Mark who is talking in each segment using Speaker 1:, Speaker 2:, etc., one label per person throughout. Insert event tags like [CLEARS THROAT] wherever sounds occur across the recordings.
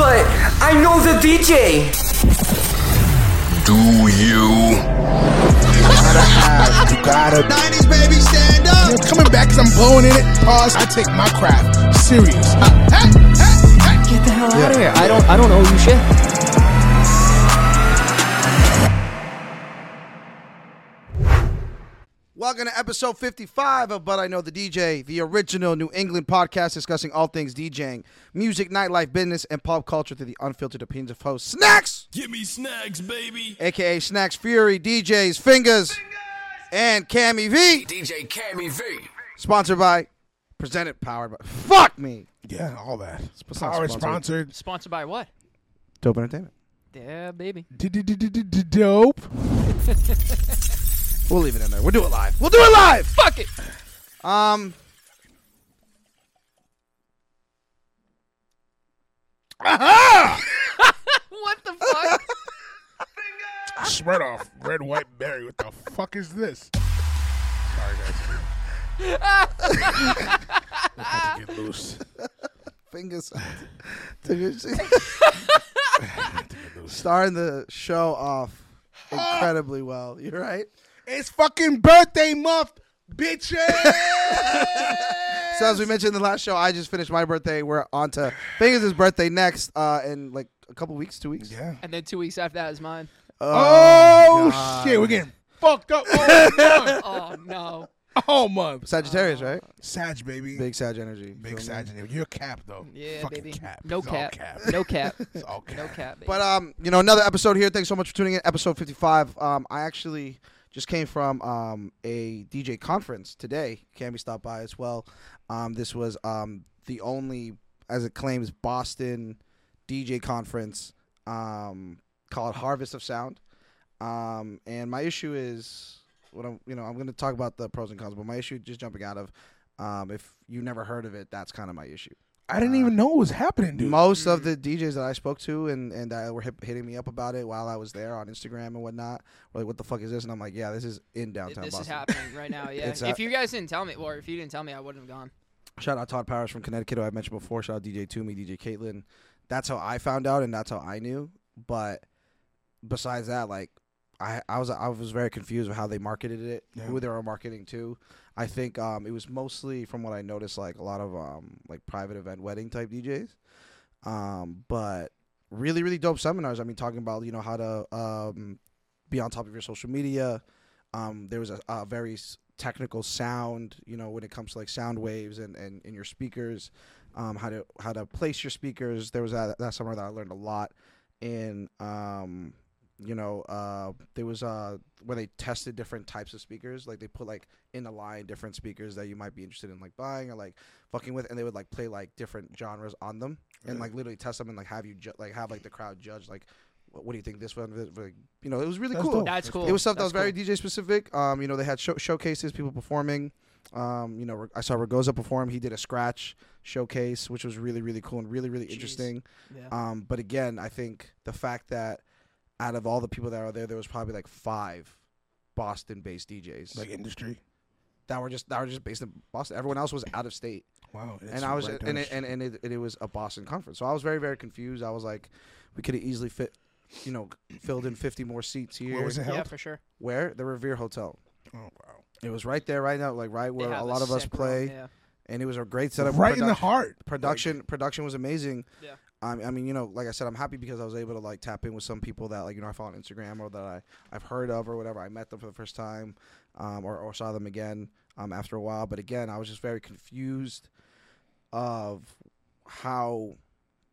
Speaker 1: I know the DJ.
Speaker 2: Do you?
Speaker 3: gotta have, you gotta. 90s baby, stand up. coming back because I'm blowing in it. Pause. I take my craft serious.
Speaker 4: Get the hell out of here. I don't I don't owe you shit.
Speaker 5: Welcome to episode 55 of But I Know the DJ, the original New England podcast discussing all things DJing, music, nightlife, business, and pop culture through the unfiltered opinions of hosts Snacks,
Speaker 2: Give me snacks, baby.
Speaker 5: aka Snacks Fury, DJs Fingers, and Cammy V.
Speaker 2: DJ Cammy V.
Speaker 5: Sponsored by, presented, powered by. Fuck me.
Speaker 3: Yeah, all that.
Speaker 5: not
Speaker 3: Power
Speaker 5: sponsored.
Speaker 3: sponsored.
Speaker 4: Sponsored by what?
Speaker 5: Dope Entertainment.
Speaker 4: Yeah, baby.
Speaker 3: Dope.
Speaker 5: [LAUGHS] We'll leave it in there. We'll do it live. We'll do it live. Fuck it. Um.
Speaker 4: What the fuck?
Speaker 3: Spread off. Red, white, berry. What the fuck is this? Sorry, guys. [LAUGHS] We're about to get loose.
Speaker 5: fingers [LAUGHS]
Speaker 3: [LAUGHS]
Speaker 5: took a shit. Starting the show off incredibly well. You're right.
Speaker 3: It's fucking birthday month, [LAUGHS] bitches.
Speaker 5: So as we mentioned in the last show, I just finished my birthday. We're on to Fingers' birthday next uh, in like a couple weeks, two weeks.
Speaker 3: yeah.
Speaker 4: and then two weeks after that is mine.
Speaker 3: Oh, shit, we're getting fucked up all [LAUGHS] month.
Speaker 4: Oh
Speaker 1: [LAUGHS]
Speaker 4: no.
Speaker 3: all month.
Speaker 5: Sagittarius, right?
Speaker 3: Sag, baby.
Speaker 5: Big Sag energy.
Speaker 3: Big
Speaker 5: Feel me?
Speaker 3: Sag. You're cap though.
Speaker 4: Yeah,
Speaker 3: Fucking
Speaker 4: baby.
Speaker 3: Cap.
Speaker 4: No
Speaker 3: It's all
Speaker 4: cap.
Speaker 3: cap.
Speaker 4: No cap.
Speaker 5: [LAUGHS]
Speaker 3: It's all cap.
Speaker 4: No cap. Baby.
Speaker 5: But um, you know, another episode here. Thanks so much for tuning in. Episode fifty-five. Um, I actually just came from um a DJ conference today. Cammy stopped by as well. Um, this was um the only, as it claims, Boston DJ conference. Um, called Harvest of Sound. Um, and my issue is what I'm, you know, I'm going to talk about the pros and cons, but my issue just jumping out of. Um, if you never heard of it, that's kind of my issue.
Speaker 3: I didn't even know what was happening, dude.
Speaker 5: Most of the DJs that I spoke to and and that were hit, hitting me up about it while I was there on Instagram and whatnot were like, "What the fuck is this?" And I'm like, "Yeah, this is in downtown
Speaker 4: this is
Speaker 5: Boston."
Speaker 4: happening
Speaker 5: [LAUGHS]
Speaker 4: right now. Yeah.
Speaker 5: It's, uh,
Speaker 4: if you guys didn't tell me, or if you didn't tell me, I wouldn't have gone.
Speaker 5: Shout out Todd Powers from Connecticut, who I mentioned before. Shout out DJ Toomey, DJ Caitlin. That's how I found out, and that's how I knew. But besides that, like, I, I was I was very confused with how they marketed it, who they were marketing to. I think um, it was mostly, from what I noticed, like a lot of um, like private event wedding type DJs. Um, but really, really dope seminars. I mean, talking about you know how to um, be on top of your social media. Um, there was a, a very s- technical sound, you know, when it comes to like sound waves and and in your speakers, um, how to how to place your speakers. There was that that summer that I learned a lot in. Um, you know, uh, there was uh, where they tested different types of speakers. Like they put like in a line different speakers that you might be interested in like buying or like fucking with, and they would like play like different genres on them and like literally test them and like have you ju- like have like the crowd judge like what, what do you think this one? Like, you know, it was really
Speaker 3: That's
Speaker 5: cool.
Speaker 3: dope.
Speaker 4: That's cool.
Speaker 5: Oh, It was stuff that
Speaker 4: That's
Speaker 5: was very DJ specific. Um, you know, they had show- showcases, people performing. Um, you know, I saw Ragoza perform. He did a scratch showcase, which was really, really cool and really, really interesting.
Speaker 4: Yeah.
Speaker 5: Um, but again, I think the fact that out of all the people that are there, there was probably like five Boston-based DJs
Speaker 3: like industry.
Speaker 5: that were just that were just based in Boston. Everyone else was out of state
Speaker 3: Wow. it's
Speaker 5: and I was
Speaker 3: right down
Speaker 5: and
Speaker 3: the
Speaker 5: it, and and it, and it was a Boston conference, so I was very very confused. I was like, we could have easily fit, you know, filled in fifty more seats
Speaker 3: street.
Speaker 5: here.
Speaker 3: Where was it
Speaker 4: Yeah,
Speaker 3: held?
Speaker 4: for sure.
Speaker 5: Where the Revere Hotel.
Speaker 3: Oh wow.
Speaker 5: It was right there, right now, like right
Speaker 4: They
Speaker 5: where
Speaker 4: have
Speaker 5: a lot of us
Speaker 4: sick
Speaker 5: play,
Speaker 4: Room, yeah.
Speaker 5: and it was a great setup.
Speaker 3: right in the
Speaker 5: Production-
Speaker 3: heart.
Speaker 5: Production production was amazing.
Speaker 4: Yeah.
Speaker 5: Um, I mean, you know, like I said, I'm happy because I was able to like tap in with some people that like you know I follow on Instagram or that I I've heard of or whatever. I met them for the first time, um, or, or saw them again um after a while. But again, I was just very confused of how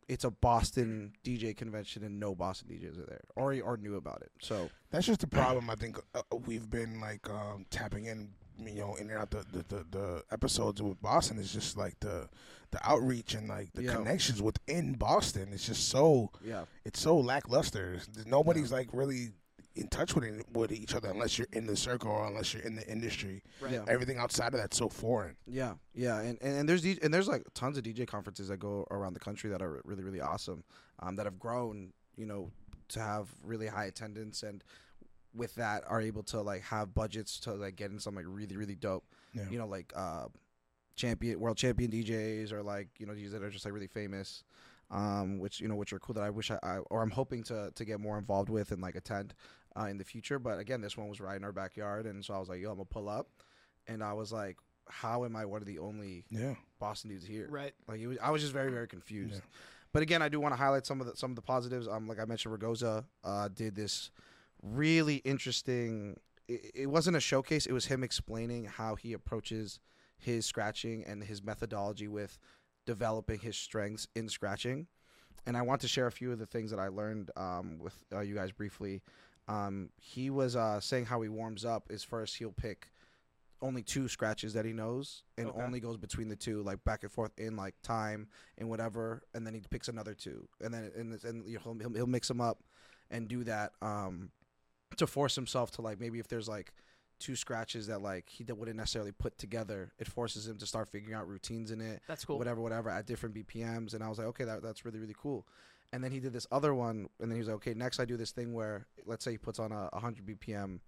Speaker 5: it's a Boston DJ convention and no Boston DJs are there or or knew about it. So
Speaker 3: That's
Speaker 5: [CLEARS THROAT]
Speaker 3: just the problem. I think uh, uh, we've been like um, tapping in, you know, in and out the, the, the, the episodes with Boston is just like the the outreach and like the
Speaker 5: Yeah.
Speaker 3: connections within Boston. It's just so
Speaker 5: yeah,
Speaker 3: it's so lackluster. There's- Nobody's like really in touch with it- with each other unless you're in the circle or unless you're in the industry.
Speaker 4: Right.
Speaker 5: Yeah.
Speaker 3: Everything outside of that's so foreign.
Speaker 5: Yeah, yeah, and and, and there's D- and there's like tons of DJ conferences that go around the country that are really really awesome, um, that have grown, you know, to have really high attendance and with that are able to like have budgets to like get in some like really really dope,
Speaker 3: Yeah.
Speaker 5: you know, like uh, champion world champion DJs or like you know DJs that are just like really famous. um, which you know which are cool that I wish I, I or I'm hoping to to get more involved with and like attend uh, in the future. But again, this one was right in our backyard, and so I was like, yo, I'm gonna pull up, and I was like, how am I one of the only
Speaker 3: Yeah.
Speaker 5: Boston dudes here?
Speaker 1: Right.
Speaker 5: Like it was, I was just very very confused. But again, I do want to highlight some of the some of the positives. Um, like I mentioned, Ragoza uh, did this really interesting. It, it wasn't a showcase. It was him explaining how he approaches his scratching and his methodology with developing his strengths in scratching. And I want to share a few of the things that I learned um, with uh, you guys briefly. Um, he was uh, saying how he warms up is first he'll pick only two scratches that he knows and
Speaker 1: Okay.
Speaker 5: only goes between the two like back and forth in like time and whatever and then he picks another two and then and, it's- and you know, he'll- he'll, he'll mix them up and do that um to force himself to like maybe if there's like two scratches that like he d- wouldn't necessarily put together it forces him to start figuring out routines in it
Speaker 1: That's cool.
Speaker 5: whatever whatever at different bpms and i was like okay that, that's really really cool and then he did this other one and then he was like okay next i do this thing where let's say he puts on a 100 bpm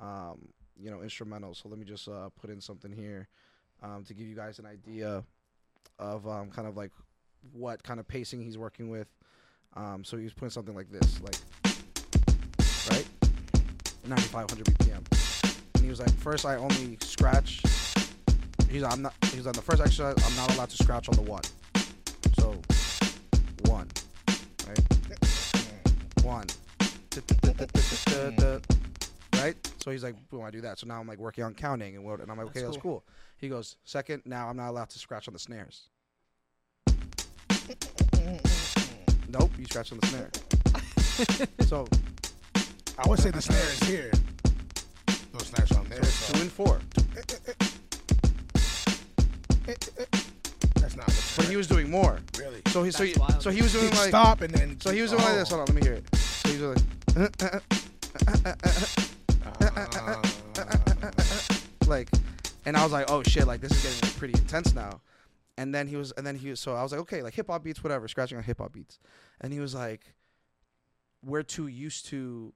Speaker 5: um, you know, instrumental. So let me just uh, put in something here um, to give you guys an idea of um, kind of like what kind of pacing he's working with. Um, so he was putting something like this, like right, 9500 BPM, and he was like, first I only scratch. He's I'm not. He's on the first exercise. I'm not allowed to scratch on the one. So one, right? One. Right? So he's like, boom, I do that. So now I'm like working on counting and what and I'm like, okay,
Speaker 1: That's
Speaker 5: that's cool. He goes, second, now I'm not allowed to scratch on the snares. Nope, you scratch on the snare.
Speaker 1: [LAUGHS]
Speaker 5: so
Speaker 3: I would say the snare is here. Those snares on there.
Speaker 5: two and four.
Speaker 3: That's not. the
Speaker 5: But
Speaker 3: snare.
Speaker 5: he was doing more.
Speaker 3: really.
Speaker 5: So he so
Speaker 1: That's
Speaker 5: he,
Speaker 1: wild.
Speaker 5: so he was doing
Speaker 3: He'd
Speaker 5: like
Speaker 3: stop and then.
Speaker 5: so he was doing like
Speaker 3: Oh.
Speaker 5: this. Hold on, let me hear it. So he was doing like [LAUGHS]
Speaker 3: Uh,
Speaker 5: like and i was like oh shit like this is getting like, pretty intense now and then he was and then he was so i was like okay like hip-hop beats whatever scratching on hip-hop beats and he was like we're too used to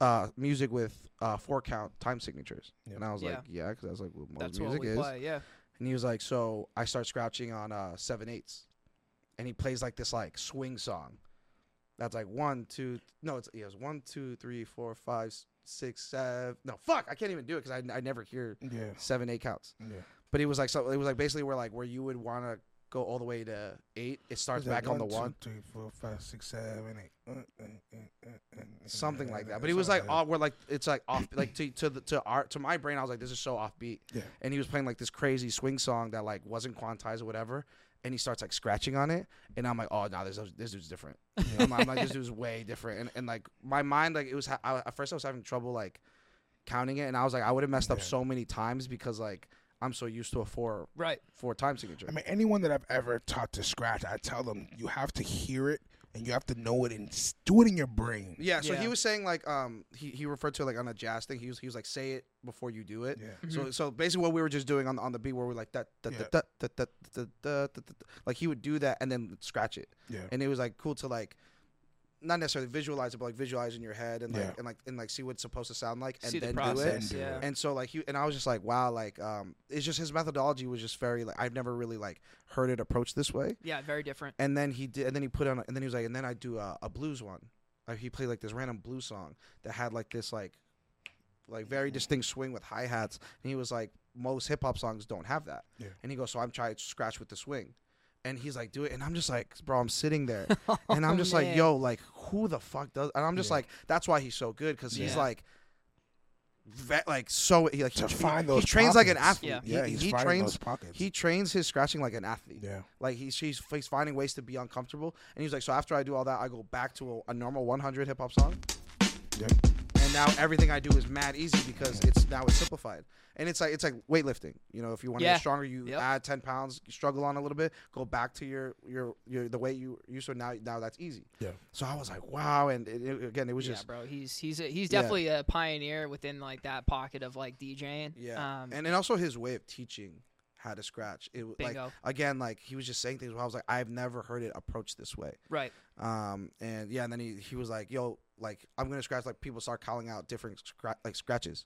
Speaker 5: uh music with uh four count time signatures
Speaker 3: Yeah.
Speaker 5: and i was
Speaker 1: Yeah.
Speaker 5: like yeah because i was like well, most
Speaker 1: That's what
Speaker 5: music
Speaker 1: we
Speaker 5: is
Speaker 1: play. Yeah.
Speaker 5: and he was like so i start scratching on uh seven eighths and he plays like this like swing song that's like one two th- no it's yeah, it's one two three four five s- six seven no fuck i can't even do it because I, I never hear
Speaker 3: Yeah.
Speaker 5: seven eight counts
Speaker 3: Yeah.
Speaker 5: but it was like so it was like basically where like where you would want to go all the way to eight it starts
Speaker 3: It's like
Speaker 5: back on the
Speaker 3: two,
Speaker 5: one
Speaker 3: three, four, five, six, seven, eight. Uh, uh, uh, uh, uh,
Speaker 5: something like
Speaker 3: uh,
Speaker 5: that but he was like
Speaker 3: something
Speaker 5: all where like it's like off like to to the to our to my brain i was like this is so offbeat
Speaker 3: Yeah.
Speaker 5: and he was playing like this crazy swing song that like wasn't quantized or whatever and he starts like scratching on it and i'm like oh no this, this dude's different I'm, I'm like this dude's way different and, and like my mind like it was ha- I, at first i was having trouble like counting it and i was like i would have messed up
Speaker 3: Yeah.
Speaker 5: so many times because like i'm so used to a four
Speaker 1: Right.
Speaker 5: four time signature
Speaker 3: I mean, anyone that I've ever taught to scratch, I tell them you have to hear it and you have to know it and s- do it in your brain.
Speaker 5: Yeah, so
Speaker 1: Yeah.
Speaker 5: he was saying like um he, he referred to like on a jazz thing. He was he was like say it before you do it.
Speaker 3: Yeah.
Speaker 5: So so basically what we were just doing on the- on the beat where we're like that
Speaker 3: Yeah.
Speaker 5: like he would do that and then scratch it.
Speaker 3: Yeah.
Speaker 5: And it was like cool to like not necessarily visualize it, but like visualize in your head and like
Speaker 3: Yeah.
Speaker 5: and like and like see what it's supposed to sound like and
Speaker 1: See
Speaker 5: then
Speaker 1: the
Speaker 5: do it.
Speaker 1: process.
Speaker 3: do
Speaker 1: yeah.
Speaker 3: it.
Speaker 5: And so like he and I was just like wow like um it's just his methodology was just very like I've never really like heard it approached this way
Speaker 1: Yeah. Very different.
Speaker 5: and then he did and then he put on and then he was like and then i do a, a blues one like he played like this random blues song that had like this like like
Speaker 3: Mm-hmm.
Speaker 5: very distinct swing with hi-hats and he was like most hip-hop songs don't have that
Speaker 3: Yeah.
Speaker 5: and he goes so i'm trying to scratch with the swing and he's like do it and i'm just like bro i'm
Speaker 3: [LAUGHS]
Speaker 5: sitting there and i'm just like
Speaker 1: man.
Speaker 5: yo like who the fuck does and i'm just
Speaker 3: Oh, Yeah.
Speaker 5: like that's why he's so good because he's
Speaker 1: Yeah.
Speaker 5: like vet, like so he like he,
Speaker 3: To
Speaker 5: tra-
Speaker 3: find
Speaker 5: he
Speaker 3: those
Speaker 5: trains like an
Speaker 3: pockets.
Speaker 5: athlete
Speaker 1: Yeah.
Speaker 5: he,
Speaker 3: Yeah,
Speaker 5: he,
Speaker 3: he's
Speaker 5: he
Speaker 3: finding
Speaker 5: trains
Speaker 3: those pockets.
Speaker 5: he trains his scratching like an athlete
Speaker 3: Yeah.
Speaker 5: like he's she's he's finding ways to be uncomfortable, and he's like, so after I do all that, I go back to a, a normal 100 hip hop song,
Speaker 3: Yeah.
Speaker 5: and now everything I do is mad easy because it's now it's simplified, and it's like it's like weightlifting. You know, if you want to
Speaker 1: Yeah.
Speaker 5: get stronger, you
Speaker 1: Yep.
Speaker 5: add 10 pounds, you struggle on a little bit, go back to your your your the way you you so now now that's easy.
Speaker 3: Yeah.
Speaker 5: So I was like, wow, and it, it- again, it was
Speaker 1: Yeah,
Speaker 5: just
Speaker 1: bro. He's he's a, he's
Speaker 5: Yeah.
Speaker 1: definitely a pioneer within like that pocket of like DJing.
Speaker 5: Yeah,
Speaker 1: Um,
Speaker 5: and and also his way of teaching how to scratch. It w- like
Speaker 1: Bingo.
Speaker 5: again, like he was just saying things where I was like, I've never heard it approached this way.
Speaker 1: right.
Speaker 5: Um, and yeah, and then he, he was like, yo, like I'm gonna scratch. Like people start calling out different scra- like scratches.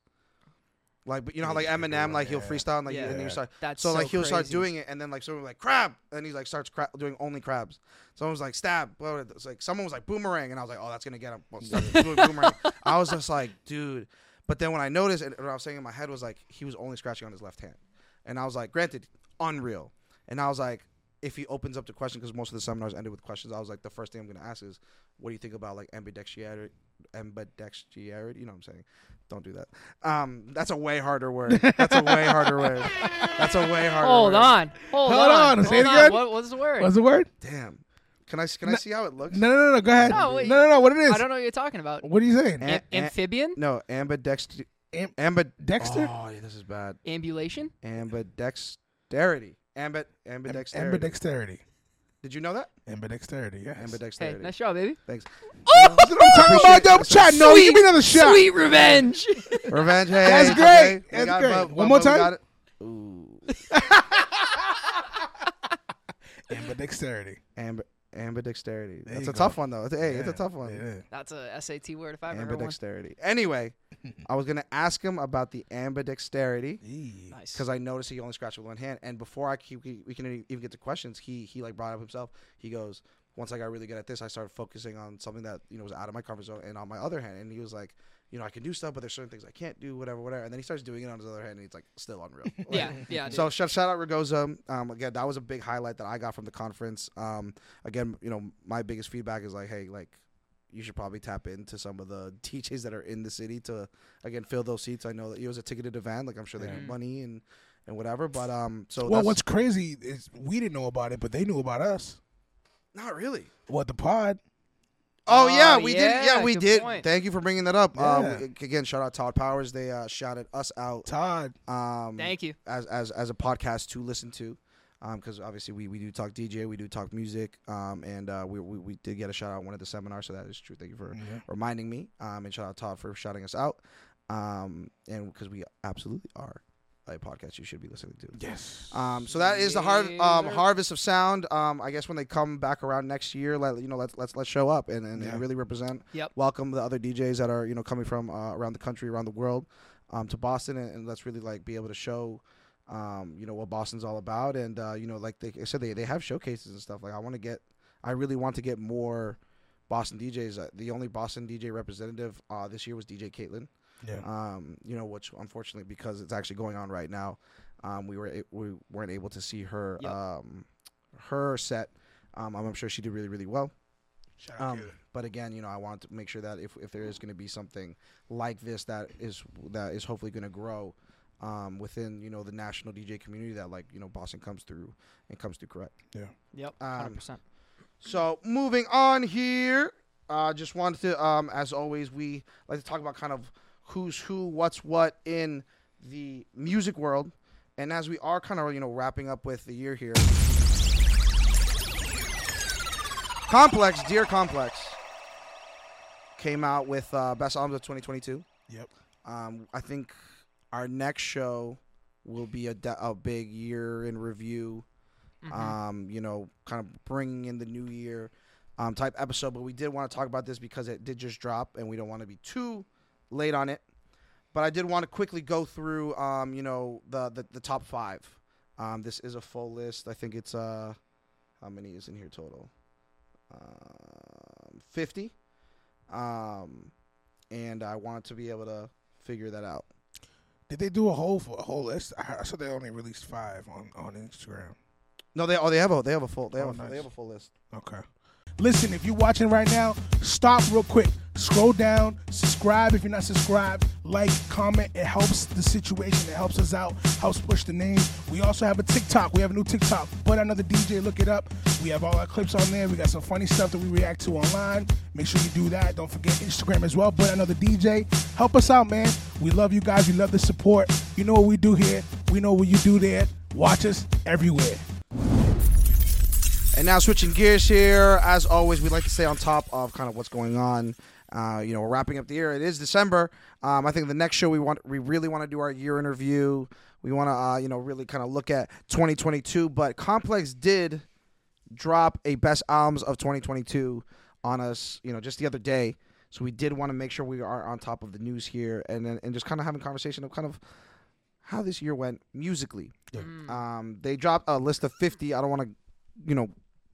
Speaker 5: Like, but you know how like Eminem, like he'll freestyle and like,
Speaker 1: Yeah.
Speaker 5: and then you start.
Speaker 1: That's
Speaker 5: so,
Speaker 1: so
Speaker 5: like he'll start
Speaker 1: crazy.
Speaker 5: doing it, and then like someone was like crab, and he like starts cra- doing only crabs. Someone was like stab, blah, blah, blah. It's like someone was like boomerang, and I was like, oh, that's gonna get him. Well, stop doing boomerang. I was just like, dude. But then when I noticed, and what I was saying in my head was like, he was only scratching on his left hand, and I was like, granted, unreal. And I was like, if he opens up the question, because most of the seminars ended with questions, I was like, the first thing I'm gonna ask is, what do you think about like ambidexterity? Ambidexterity, you know what I'm saying? Don't do that. Um, that's a way harder word. That's a way harder word. That's a way harder.
Speaker 1: Hold
Speaker 5: word.
Speaker 1: on. Hold,
Speaker 3: Hold
Speaker 1: on.
Speaker 3: on, say it
Speaker 1: Hold
Speaker 3: again.
Speaker 1: What, what's the word?
Speaker 3: What's the word?
Speaker 5: Damn. Can I can I see how it looks?
Speaker 3: No, no, no, no. Go ahead.
Speaker 1: No,
Speaker 3: No,
Speaker 1: wait.
Speaker 3: no, no, What it is?
Speaker 1: I don't know what you're talking about.
Speaker 3: What are you saying?
Speaker 5: Am-
Speaker 1: Am-
Speaker 5: am-
Speaker 1: amphibian?
Speaker 5: No, ambidexter.
Speaker 3: Am-
Speaker 5: Ambid.
Speaker 3: Dexter?
Speaker 5: Oh, yeah, this is bad.
Speaker 1: Ambulation?
Speaker 5: Ambidexterity. Ambid. Ambidexterity.
Speaker 3: Ambidexterity.
Speaker 5: Did you know that?
Speaker 3: Ambidexterity. Yes.
Speaker 1: Hey,
Speaker 5: Ambidexterity.
Speaker 1: nice job, baby.
Speaker 5: Thanks.
Speaker 3: That's what I'm talking about. Double
Speaker 5: Appreciate it.
Speaker 3: shot. No, you give me another shot.
Speaker 1: Sweet
Speaker 5: [LAUGHS]
Speaker 1: revenge.
Speaker 5: Revenge. Hey,
Speaker 3: That's
Speaker 5: okay,
Speaker 3: great.
Speaker 5: we
Speaker 3: That's
Speaker 5: got
Speaker 3: great.
Speaker 5: Bub-
Speaker 3: One
Speaker 5: Bub-
Speaker 3: more
Speaker 5: Bub- we
Speaker 3: time?
Speaker 5: got it.
Speaker 3: Ambidexterity.
Speaker 5: Ambi- ambidexterity.
Speaker 3: There
Speaker 5: That's
Speaker 3: you
Speaker 5: a
Speaker 3: go.
Speaker 5: tough one though. It's- Hey, it's a
Speaker 3: Yeah,
Speaker 5: tough one.
Speaker 3: it is.
Speaker 1: That's a SAT word if I ever heard one.
Speaker 5: Ambidexterity. Anyway,
Speaker 3: [LAUGHS]
Speaker 5: I was gonna ask him about the ambidexterity
Speaker 3: Eee.
Speaker 1: Nice.
Speaker 5: because I noticed he only scratched with one hand. And before I keep, we we can e-, even get to questions, he he like brought up himself. He goes, once I got really good at this, I started focusing on something that you know was out of my comfort zone and on my other hand. And he was like, you know, I can do stuff, but there's certain things I can't do, whatever, whatever. And then he starts doing it on his other hand, and he's like, still
Speaker 3: [LAUGHS]
Speaker 5: unreal. Like,
Speaker 1: yeah, yeah. Dude.
Speaker 5: so shout, shout out Ragoza. Um, again, that was a big highlight that I got from the conference. Um, again, you know, my biggest feedback is like, hey, like you should probably tap into some of the [LAUGHS] DJs that are in the city to again fill those seats. I know that it was a ticketed event. Like I'm sure they have money and and whatever. But um, so
Speaker 3: Well,
Speaker 5: that's-
Speaker 3: what's crazy is we didn't know about it, but they knew about us.
Speaker 5: not really.
Speaker 3: Well, the pod.
Speaker 5: Oh,
Speaker 1: Oh,
Speaker 5: yeah, we did.
Speaker 1: yeah,
Speaker 5: Yeah, we
Speaker 1: good
Speaker 5: did.
Speaker 1: point.
Speaker 5: Thank you for bringing that up. Um,
Speaker 3: Yeah.
Speaker 5: again, shout out Todd Powers. They uh, shouted us out.
Speaker 3: Todd.
Speaker 5: Um,
Speaker 1: Thank you.
Speaker 5: as as as a podcast to listen to, because obviously we, we do talk DJ, we do talk music, um, and uh, we, we we did get a shout out at one of the seminars, so that is true. Thank you
Speaker 3: Mm.
Speaker 5: for reminding me, um, and shout out Todd for shouting us out, um, and because we absolutely are a podcast you should be listening to.
Speaker 3: Yes.
Speaker 5: Um, so that is the har- um, harvest of sound. Um, I guess when they come back around next year, let you know, let's let's let's show up and, and, and
Speaker 3: Yeah.
Speaker 5: really represent.
Speaker 1: Yep.
Speaker 5: Welcome the other DJs that are you know coming from uh, around the country, around the world, um, to Boston, and, and let's really like be able to show, um, you know what Boston's all about, and uh, you know like they I said they they have showcases and stuff. Like I want to get, I really want to get more. Boston DJs. Uh, The only Boston DJ representative uh, this year was DJ Caitlin
Speaker 3: Yeah.
Speaker 5: um, you know, which unfortunately because it's actually going on right now, um, we were a- we weren't able to see her
Speaker 1: Yep.
Speaker 5: um, her set. Um, I'm sure she did really really well.
Speaker 3: Shout out
Speaker 5: Um,
Speaker 3: Caitlin.
Speaker 5: but again, you know, I want to make sure that if, if there is going to be something like this that is that is hopefully going to grow um, within you know the national DJ community that like you know Boston comes through and comes through correct.
Speaker 1: Yep,
Speaker 5: um,
Speaker 1: 100%.
Speaker 5: So moving on here, uh, just wanted to, um, as always, we like to talk about kind of who's who, what's what in the music world, and as we are kind of you know wrapping up with the year here, Complex, dear Complex, came out with uh, best albums of 2022.
Speaker 3: Yep.
Speaker 5: Um, I think our next show will be a, de- a big year in review. Um, you know, kind of bringing in the new year um, type episode. But we did want to talk about this because it did just drop, and we don't want to be too late on it. But I did want to quickly go through, um, you know, the the, the top five. Um, this is a full list. I think it's uh, how many is in here total? Um, Fifty. Um, and I wanted to be able to figure that out.
Speaker 3: Did they do a whole a whole list? I I saw they only released five on on Instagram.
Speaker 5: No, they oh they have a they have a full they have
Speaker 3: Oh,
Speaker 5: a, full- they
Speaker 3: nice.
Speaker 5: have a full list.
Speaker 3: Okay. Listen, if you're watching right now, stop real quick. Scroll down, subscribe if you're not subscribed, like, comment. It helps the situation. It helps us out, helps push the name. We also have a TikTok. We have a new TikTok. Put another DJ, look it up. We have all our clips on there. We got some funny stuff that we react to online. Make sure you do that. Don't forget Instagram as well. But another DJ. Help us out, man. We love you guys. We love the support. You know what we do here. We know what you do there. Watch us everywhere.
Speaker 5: And now switching gears here, as always, we like to stay on top of kind of what's going on. Uh, you know, we're wrapping up the year. It is December. Um, I think the next show we want, we really want to do our year interview. We want to, uh, you know, really kind of look at 2022. But Complex did drop a best albums of 2022 on us, you know, just the other day. So we did want to make sure we are on top of the news here, and then and just kind of having conversation of kind of how this year went musically.
Speaker 6: Yeah.
Speaker 5: Um, they dropped a list of 50. I don't want to, you know,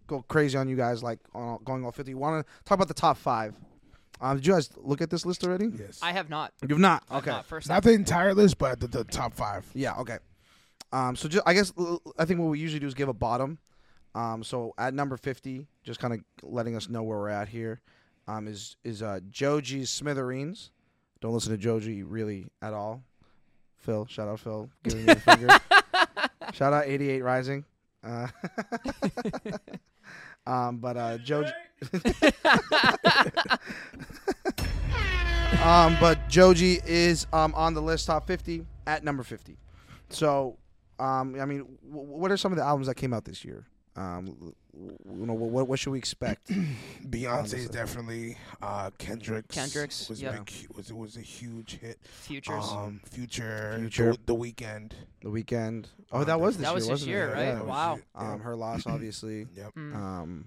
Speaker 5: go crazy on you guys like on, going all 50. Want to talk about the top five? Um, did you guys look at this list already?
Speaker 3: Yes.
Speaker 1: I have not.
Speaker 5: You've not.
Speaker 1: I've
Speaker 5: Okay.
Speaker 1: not, first
Speaker 3: Not
Speaker 1: time.
Speaker 3: the entire list, but the, the top five.
Speaker 5: Yeah. Okay. Um, so just, I guess l- I think what we usually do is give a bottom. Um, so at number fifty, just kind of letting us know where we're at here, um, is is uh, Joji's Smithereens. Don't listen to Joji really at all. Phil, shout out Phil, giving me the finger. shout out eighty eight Rising. Uh, [LAUGHS] um, but uh, Joji. [LAUGHS] Um, but Joji is um, on the list top 50 at number 50. So, um, I mean, w- what are some of the albums that came out this year? Um, w- w- you know, what, what should we [CLEARS THROAT] expect?
Speaker 3: Beyonce's definitely. Uh, Kendrick's.
Speaker 1: Kendrick's,
Speaker 3: was
Speaker 1: yeah.
Speaker 3: big, was was a huge hit.
Speaker 1: Futures.
Speaker 3: Um, Future.
Speaker 5: Future.
Speaker 3: The, the weekend.
Speaker 5: The Weekend. Oh, that was this
Speaker 1: That was
Speaker 5: year,
Speaker 1: this
Speaker 5: wasn't
Speaker 1: year,
Speaker 5: it?
Speaker 1: right?
Speaker 5: Yeah.
Speaker 1: Wow.
Speaker 5: Um, her [CLEARS THROAT] loss, obviously.
Speaker 3: Yep.
Speaker 1: Mm.
Speaker 5: Um,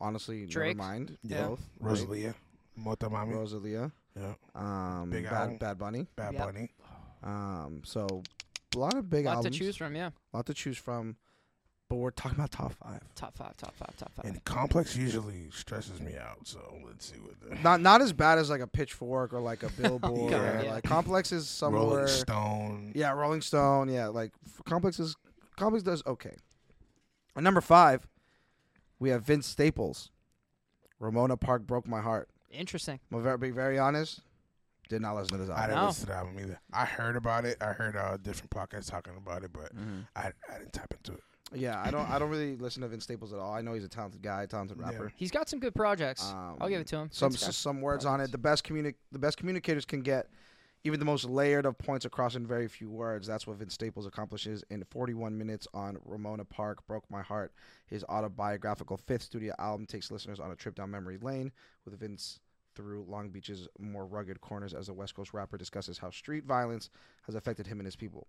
Speaker 5: honestly,
Speaker 1: Drake.
Speaker 5: never mind.
Speaker 3: Yeah.
Speaker 5: Both, right?
Speaker 3: Rosalia. Motomami.
Speaker 5: Rosalia.
Speaker 3: yeah.
Speaker 5: Um,
Speaker 3: Big album.
Speaker 5: Bad, Bad Bunny.
Speaker 3: Bad
Speaker 1: Yep.
Speaker 3: Bunny.
Speaker 5: Um, so a lot of big
Speaker 1: lot
Speaker 5: albums.
Speaker 1: to choose from. Yeah,
Speaker 5: A lot to choose from. But we're talking about top five.
Speaker 1: top five, top five, top five.
Speaker 3: And Complex usually stresses me out, so let's see what the
Speaker 5: Not not as bad as like a pitchfork or like a [LAUGHS] billboard.
Speaker 1: God,
Speaker 5: or,
Speaker 1: yeah.
Speaker 5: Like complex is somewhere.
Speaker 3: Rolling Stone.
Speaker 5: Yeah, Rolling Stone. Yeah, like f- complex is complex does okay. At number five, we have Vince Staples. Ramona Park broke my heart.
Speaker 1: Interesting.
Speaker 5: I'm very, be very honest. Did not listen to this
Speaker 3: I
Speaker 5: album.
Speaker 3: didn't
Speaker 1: No.
Speaker 3: listen to the album either. I heard about it. I heard uh, different podcasts talking about it, but
Speaker 1: Mm-hmm.
Speaker 3: I, I didn't tap into it.
Speaker 5: Yeah, I don't. I don't really listen to Vince Staples at all. I know he's a talented guy, talented
Speaker 3: Yeah.
Speaker 5: rapper.
Speaker 1: He's got some good projects. I'll give
Speaker 5: Um,
Speaker 1: it to him.
Speaker 5: Some
Speaker 1: Vince
Speaker 5: s-
Speaker 1: got-
Speaker 5: some words on it. The best communi- the best communicators can get even the most layered of points across in very few words. That's what Vince Staples accomplishes in 41 minutes on Ramona Park Broke My Heart. His autobiographical fifth studio album takes listeners on a trip down memory lane with Vince through Long Beach's more rugged corners as the West Coast rapper discusses how street violence has affected him and his people.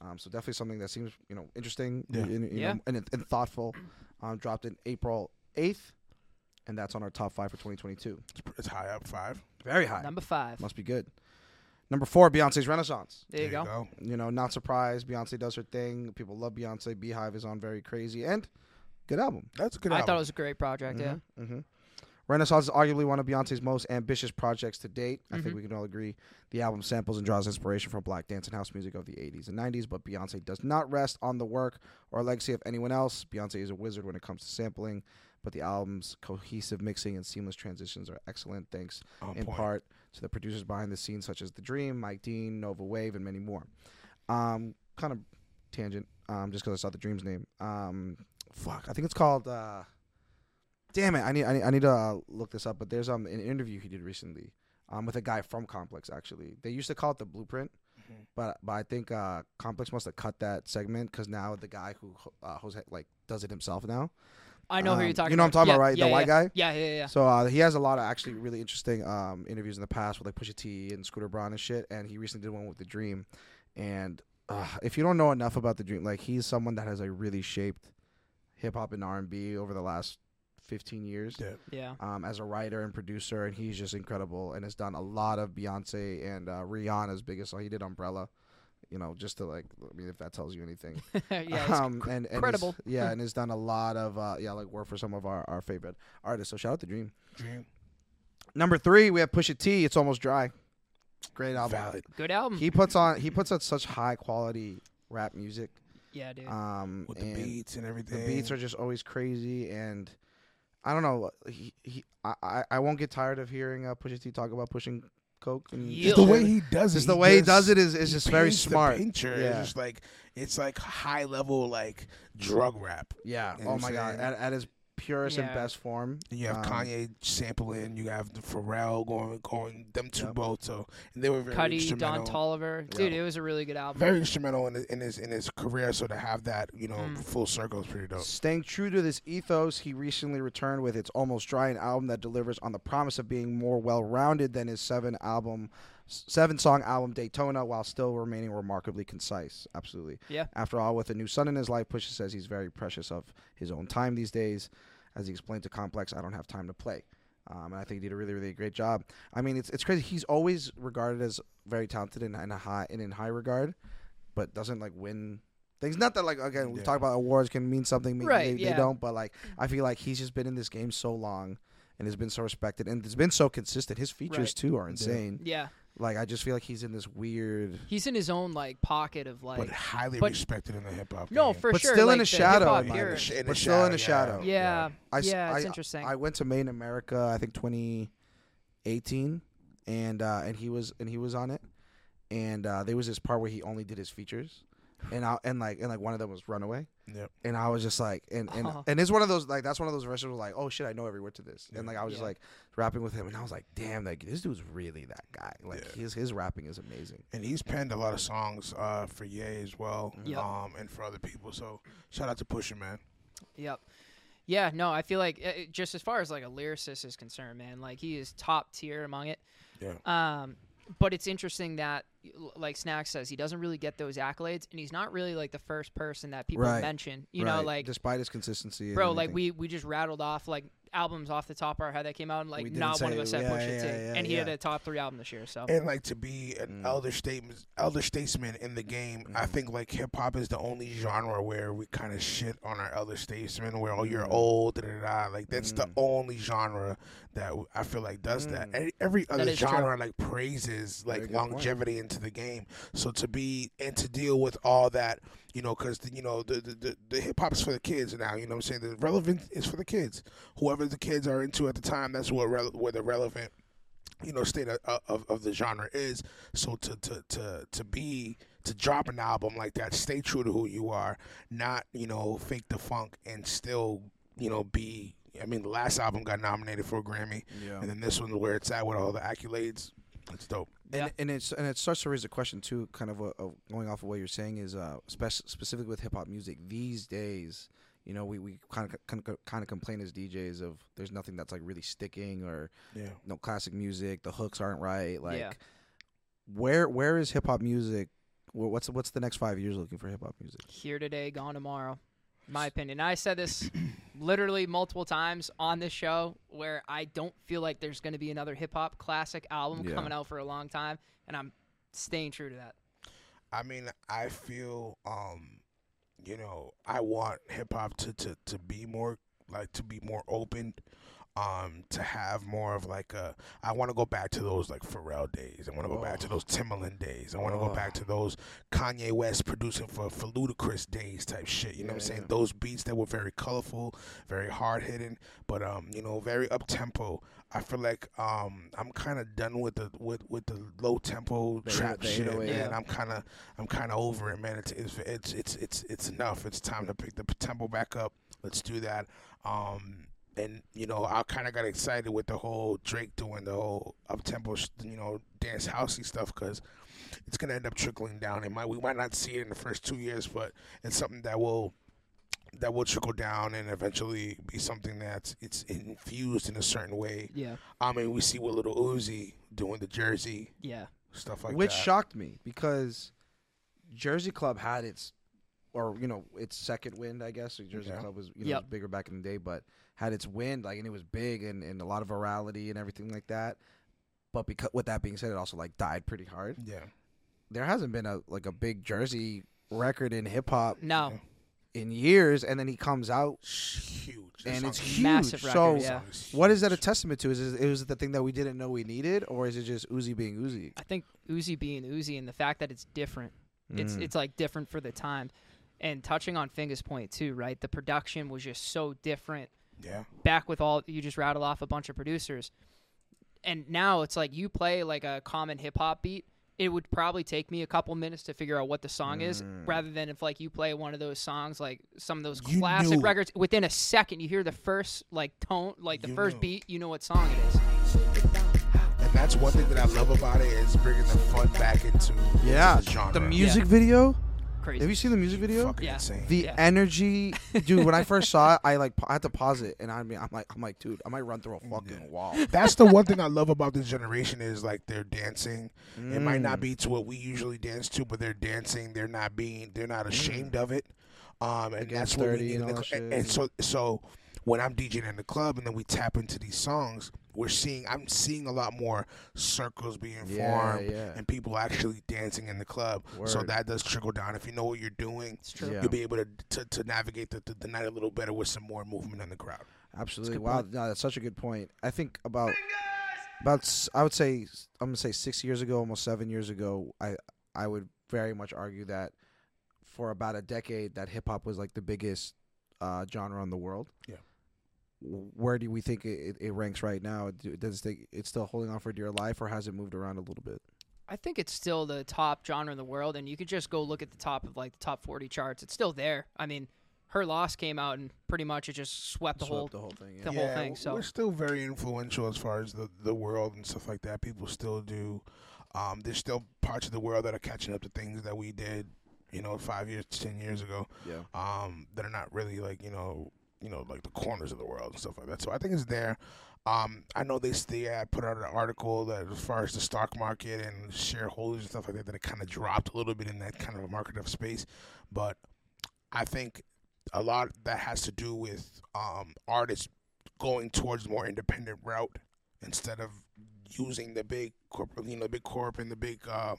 Speaker 5: Um, so definitely something that seems you know interesting
Speaker 3: Yeah.
Speaker 5: and, you
Speaker 1: Yeah.
Speaker 5: know, and, and thoughtful. Um, dropped in April 8th, and that's on our top five for 2022.
Speaker 3: It's, pr- it's high up five.
Speaker 5: Very high.
Speaker 1: number five.
Speaker 5: Must be good. Number four, Beyonce's Renaissance.
Speaker 1: There you go.
Speaker 5: You know, not surprised. Beyonce does her thing. People love Beyonce. Beehive is on very crazy and good album.
Speaker 3: That's a good
Speaker 1: I
Speaker 3: album.
Speaker 1: thought it was a great project. Yeah.
Speaker 5: hmm Renaissance is arguably one of Beyonce's most ambitious projects to date. I
Speaker 3: Mm-hmm.
Speaker 5: think we can all agree. The album samples and draws inspiration from black dance and house music of the 80s and 90s, but Beyonce does not rest on the work or legacy of anyone else. Beyonce is a wizard when it comes to sampling, but the album's cohesive mixing and seamless transitions are excellent thanks
Speaker 3: On
Speaker 5: in
Speaker 3: point.
Speaker 5: part to the producers behind the scenes such as The Dream, Mike Dean, Nova Wave, and many more. Um, kind of tangent, um, just because I saw The Dream's name. Um, fuck, I think it's called. Uh, damn it, I need I need, I need to uh, look this up. But there's um an interview he did recently, um with a guy from Complex actually. They used to call it the Blueprint, but but I think uh Complex must have cut that segment because now the guy who ho- uh, hosts it, like does it himself now.
Speaker 1: I know who
Speaker 5: Um,
Speaker 1: you're talking.
Speaker 5: you know what I'm
Speaker 1: about.
Speaker 5: talking
Speaker 1: yeah,
Speaker 5: about, right? The
Speaker 1: Yeah,
Speaker 5: white
Speaker 1: yeah.
Speaker 5: guy?
Speaker 1: Yeah, yeah, yeah.
Speaker 5: So uh, he has a lot of actually really interesting um, interviews in the past with like Pusha T and Scooter Braun and shit. And he recently did one with The Dream. And uh, if you don't know enough about The Dream, like he's someone that has like really shaped hip hop and R and B over the last fifteen years.
Speaker 3: Yeah.
Speaker 5: [LAUGHS]
Speaker 1: Yeah.
Speaker 5: Um, as a writer and producer, and he's just incredible, and has done a lot of Beyonce and uh, Rihanna's biggest song. He did Umbrella, you know, just to like, I mean, if that tells you anything
Speaker 1: [LAUGHS] yeah. it's-
Speaker 5: um, and, and has-
Speaker 1: credible. [LAUGHS]
Speaker 5: yeah, and has done a lot of uh, yeah, like work for some of our, our favorite artists. So shout out to Dream.
Speaker 3: Dream.
Speaker 5: Number three, we have Pusha T. It's almost dry. Great album.
Speaker 3: Valid.
Speaker 1: Good album.
Speaker 5: He puts on he puts out such high quality rap music.
Speaker 1: yeah, dude.
Speaker 5: Um,
Speaker 3: With the
Speaker 5: and
Speaker 3: beats and
Speaker 5: the
Speaker 3: everything.
Speaker 5: beats are just always crazy, and I don't know. He, he I- I, I won't get tired of hearing uh, Pusha T talk about pushing coke. And
Speaker 1: Just
Speaker 3: Just
Speaker 1: Yeah.
Speaker 3: the way he does it.
Speaker 5: just the way he does it
Speaker 3: just-
Speaker 5: is, is
Speaker 3: he
Speaker 5: just very
Speaker 3: paints the
Speaker 5: smart.
Speaker 3: picture.
Speaker 5: Yeah.
Speaker 3: It's just like it's like high level like drug rap.
Speaker 5: yeah.
Speaker 3: You know
Speaker 5: Oh
Speaker 3: what
Speaker 5: my
Speaker 3: I'm
Speaker 5: god.
Speaker 3: saying?
Speaker 5: At, at his purest and
Speaker 1: Yeah.
Speaker 5: best form.
Speaker 3: And you have
Speaker 5: Um,
Speaker 3: Kanye sampling, you have the Pharrell going, going them two both. So and they were very
Speaker 1: Cuddy,
Speaker 3: instrumental.
Speaker 1: Don Tolliver. Dude, it was a really good album.
Speaker 3: very instrumental in his, in his in his career. So to have that, you know,
Speaker 1: Mm.
Speaker 3: full circle is pretty dope.
Speaker 5: Staying true to this ethos, he recently returned with its almost dry an album that delivers on the promise of being more well-rounded than his seven album seven song album Daytona while still remaining remarkably concise. Absolutely.
Speaker 1: Yeah.
Speaker 5: After all, with a new son in his life, Pusha says he's very precious of his own time these days. As he explained to Complex, I don't have time to play. Um, and I think he did a really, really great job. I mean, it's it's crazy. He's always regarded as very talented and, and a high and in high regard. but doesn't like win things. Not that like again we
Speaker 3: Yeah.
Speaker 5: talk about awards can mean something, mean
Speaker 1: Right,
Speaker 5: They,
Speaker 1: yeah.
Speaker 5: they don't. But like I feel like he's just been in this game so long and has been so respected and has been so consistent. His features
Speaker 1: Right.
Speaker 5: too are insane.
Speaker 1: Yeah,
Speaker 5: Like I just feel like he's in this weird.
Speaker 1: he's in his own like pocket of like.
Speaker 3: but [LAUGHS] highly
Speaker 1: but-
Speaker 3: respected in the hip hop.
Speaker 1: no,
Speaker 3: game.
Speaker 1: for
Speaker 5: But
Speaker 1: sure.
Speaker 5: still in
Speaker 1: like,
Speaker 5: his
Speaker 1: the
Speaker 5: shadow,
Speaker 1: hip-hop
Speaker 5: in my
Speaker 1: era.
Speaker 5: opinion. But still in the shadow.
Speaker 1: Yeah,
Speaker 5: I s-
Speaker 1: yeah, it's
Speaker 5: I-
Speaker 1: interesting.
Speaker 5: I went to Made in America, I think 2018, and uh, and he was and he was on it, and uh, there was this part where he only did his features, and I, and like and like one of them was Runaway.
Speaker 3: Yep.
Speaker 5: And I was just like, and and,
Speaker 1: Oh.
Speaker 5: and it's one of those like that's one of those verses where like, oh shit, I know every word to this, and
Speaker 3: Yeah.
Speaker 5: like I was just
Speaker 1: Yeah.
Speaker 5: like rapping with him, and I was like, damn, like this dude's really that guy. Like
Speaker 3: Yeah.
Speaker 5: his his rapping is amazing.
Speaker 3: and he's penned a lot of songs uh, for Ye as well,
Speaker 1: Yep.
Speaker 3: um, and for other people. So shout out to Pusha, man.
Speaker 1: Yep. Yeah, no, I feel like uh, it- just as far as like a lyricist is concerned, man, like he is top tier among it.
Speaker 3: Yeah.
Speaker 1: Um, but it's interesting that, l- like Snack says, he doesn't really get those accolades, and he's not really like the first person that people
Speaker 5: Right.
Speaker 1: mention. You know,
Speaker 5: Right.
Speaker 1: like
Speaker 5: despite his consistency, and
Speaker 1: bro, like
Speaker 5: everything.
Speaker 1: we we just rattled off like albums off the top of our head that came out, and like
Speaker 5: We didn't
Speaker 1: not one of
Speaker 5: say-
Speaker 1: us had
Speaker 5: yeah,
Speaker 1: Pusha
Speaker 5: yeah,
Speaker 1: T,
Speaker 5: yeah,
Speaker 1: and he had
Speaker 5: yeah.
Speaker 1: a top three album this year. So
Speaker 3: And like to be an
Speaker 1: Mm.
Speaker 3: elder statement, elder statesman in the game. I think like hip hop is the only genre where we kind of shit on our elder statesmen, where oh
Speaker 1: Mm.
Speaker 3: you're old, da da da. da. Like that's the only genre that w- I feel like does that. And Every other
Speaker 1: Mm. is true.
Speaker 3: genre like praises like
Speaker 5: good point.
Speaker 3: longevity into the game. So to be and to deal with all that, you know, because you know the the, the, the hip hop's for the kids now. You know what I'm saying? The relevant is for the kids. Whoever the kids are into at the time, that's what rele- where the relevant you know state of, of, of the genre is so to, to to to be to drop an album like that stay true to who you are not you know fake the funk and still you know be i mean the last album got nominated for a grammy
Speaker 5: Yeah.
Speaker 3: and then this one's where it's at with all the accolades it's dope
Speaker 5: and,
Speaker 1: Yeah.
Speaker 5: and it's and it starts to raise a question too, kind of, uh, of going off of what you're saying is uh, spec- specifically with hip hop music these days. You know, we, we kind of kind of complain as DJs of there's nothing that's like really sticking or
Speaker 3: yeah
Speaker 5: no classic music. The hooks aren't right. Like,
Speaker 1: Yeah.
Speaker 5: where where is hip hop music? wh- What's what's the next five years looking for hip hop music?
Speaker 1: here today, gone tomorrow. My opinion. I
Speaker 5: [COUGHS]
Speaker 1: said this literally multiple times on this show where I don't feel like there's going to be another hip hop classic album
Speaker 5: Yeah.
Speaker 1: coming out for a long time, and I'm staying true to that.
Speaker 3: I mean, I feel, um, you know, I want hip hop to, to, to be more like to be more open, um, to have more of like a. I want to go back to those like Pharrell days. I want to go back to those Timbaland days. I want to go back to those Kanye West producing for for Ludacris days type shit. You know what I'm saying? Those beats that were very colorful, very hard hitting, but um, you know, very up tempo. I feel like um, I'm kind of done with the with with the low tempo trap
Speaker 5: the
Speaker 3: shit,
Speaker 5: 808.
Speaker 3: man.
Speaker 1: Yeah.
Speaker 3: I'm kind of I'm kind of over it, man. It's it's it's it's it's it's enough. It's time to pick the tempo back up. Let's do that. Um, and you know, I kind of got excited with the whole Drake doing the whole up tempo, you know, dance housey stuff because it's gonna end up trickling down. It might we might not see it in the first two years, but it's something that will that will trickle down and eventually be something that's it's infused in a certain way.
Speaker 1: Yeah.
Speaker 3: I mean, we see with little Uzi doing the Jersey
Speaker 1: Yeah.
Speaker 3: stuff like
Speaker 5: which
Speaker 3: that.
Speaker 5: shocked me because Jersey Club had its or you know its second wind, I guess. Like, Jersey
Speaker 3: Yeah.
Speaker 5: Club was you know it was
Speaker 1: Yep.
Speaker 5: bigger back in the day, but had its wind like and it was big and, and a lot of virality and everything like that. But because with that being said, it also like died pretty hard.
Speaker 3: yeah.
Speaker 5: There hasn't been a like a big Jersey record in hip hop
Speaker 1: No.
Speaker 5: in years, and then he comes out
Speaker 3: huge. That
Speaker 5: and it's
Speaker 3: song-
Speaker 5: huge.
Speaker 1: Massive record,
Speaker 5: so
Speaker 1: yeah.
Speaker 3: that song
Speaker 5: what is that a
Speaker 3: huge.
Speaker 5: testament to? Is it, is it the thing that we didn't know we needed, or is it just Uzi being Uzi?
Speaker 1: I think Uzi being Uzi and the fact that it's different,
Speaker 5: Mm.
Speaker 1: it's it's like different for the time. And touching on Finger's point too, right? The production was just so different
Speaker 3: yeah.
Speaker 1: back with all you just rattle off a bunch of producers and now it's like you play like a common hip hop beat it would probably take me a couple minutes to figure out what the song is rather than if like you play one of those songs like some of those
Speaker 3: You
Speaker 1: classic
Speaker 3: knew.
Speaker 1: records within a second you hear the first like tone like the
Speaker 3: You
Speaker 1: first
Speaker 3: knew.
Speaker 1: beat you know what song it is
Speaker 3: And that's one thing that I love about it is bringing the fun back into
Speaker 5: Yeah,
Speaker 3: the genre.
Speaker 5: the music video.
Speaker 1: crazy
Speaker 5: Have you seen the music video?
Speaker 3: Fucking
Speaker 1: Yeah.
Speaker 3: insane.
Speaker 5: the
Speaker 1: Yeah.
Speaker 5: energy dude when i first saw it i like pa- i had to pause it and i mean i'm like i'm like dude i might run through a fucking wall
Speaker 3: that's the one thing I love about this generation is like they're dancing. It might not be to what we usually dance to, but they're dancing. They're
Speaker 5: Mm.
Speaker 3: not being. They're not ashamed of it. Um, and
Speaker 5: Against
Speaker 3: that's what we
Speaker 5: 30
Speaker 3: need. in
Speaker 5: and
Speaker 3: the
Speaker 5: all
Speaker 3: cl-
Speaker 5: that shit.
Speaker 3: and so so when I'm DJing in the club and then we tap into these songs, we're seeing I'm seeing a lot more circles being
Speaker 5: Yeah,
Speaker 3: formed
Speaker 5: yeah.
Speaker 3: and people actually dancing in the club. So
Speaker 5: Word.
Speaker 3: that does trickle down. If you know what you're doing,
Speaker 1: It's true.
Speaker 5: Yeah.
Speaker 3: you'll be able to to, to navigate the, the, the night a little better with some more movement in the crowd.
Speaker 5: Absolutely. Wow, no, that's such a good point. I think about about s- I would say I'm gonna say six years ago, almost seven years ago, I I would very much argue that for about a decade that hip hop was like the biggest uh, genre in the world.
Speaker 3: Yeah.
Speaker 5: Where do we think it, it, it ranks right now? Do- Does it think it's still holding on for dear life, or has it moved around a little bit?
Speaker 1: I think it's still the top genre in the world, and you could just go look at the top of like the top 40 charts. It's still there. I mean, her loss came out, and pretty much it just swept the whole.
Speaker 5: the whole thing.
Speaker 1: the whole thing. So
Speaker 3: we're still very influential as far as the, the world and stuff like that. People still do. Um, there's still parts of the world that are catching up to things that we did, you know, five years, ten years ago.
Speaker 5: Yeah.
Speaker 3: Um, that are not really like you know, you know, like the corners of the world and stuff like that. So I think it's there. Um, I know they they had put out an article that as far as the stock market and shareholders and stuff like that, that it kind of dropped a little bit in that kind of a market of space, but I think a lot that has to do with um, artists going towards more independent route instead of using the big corporate, you know, the big corp and the big um,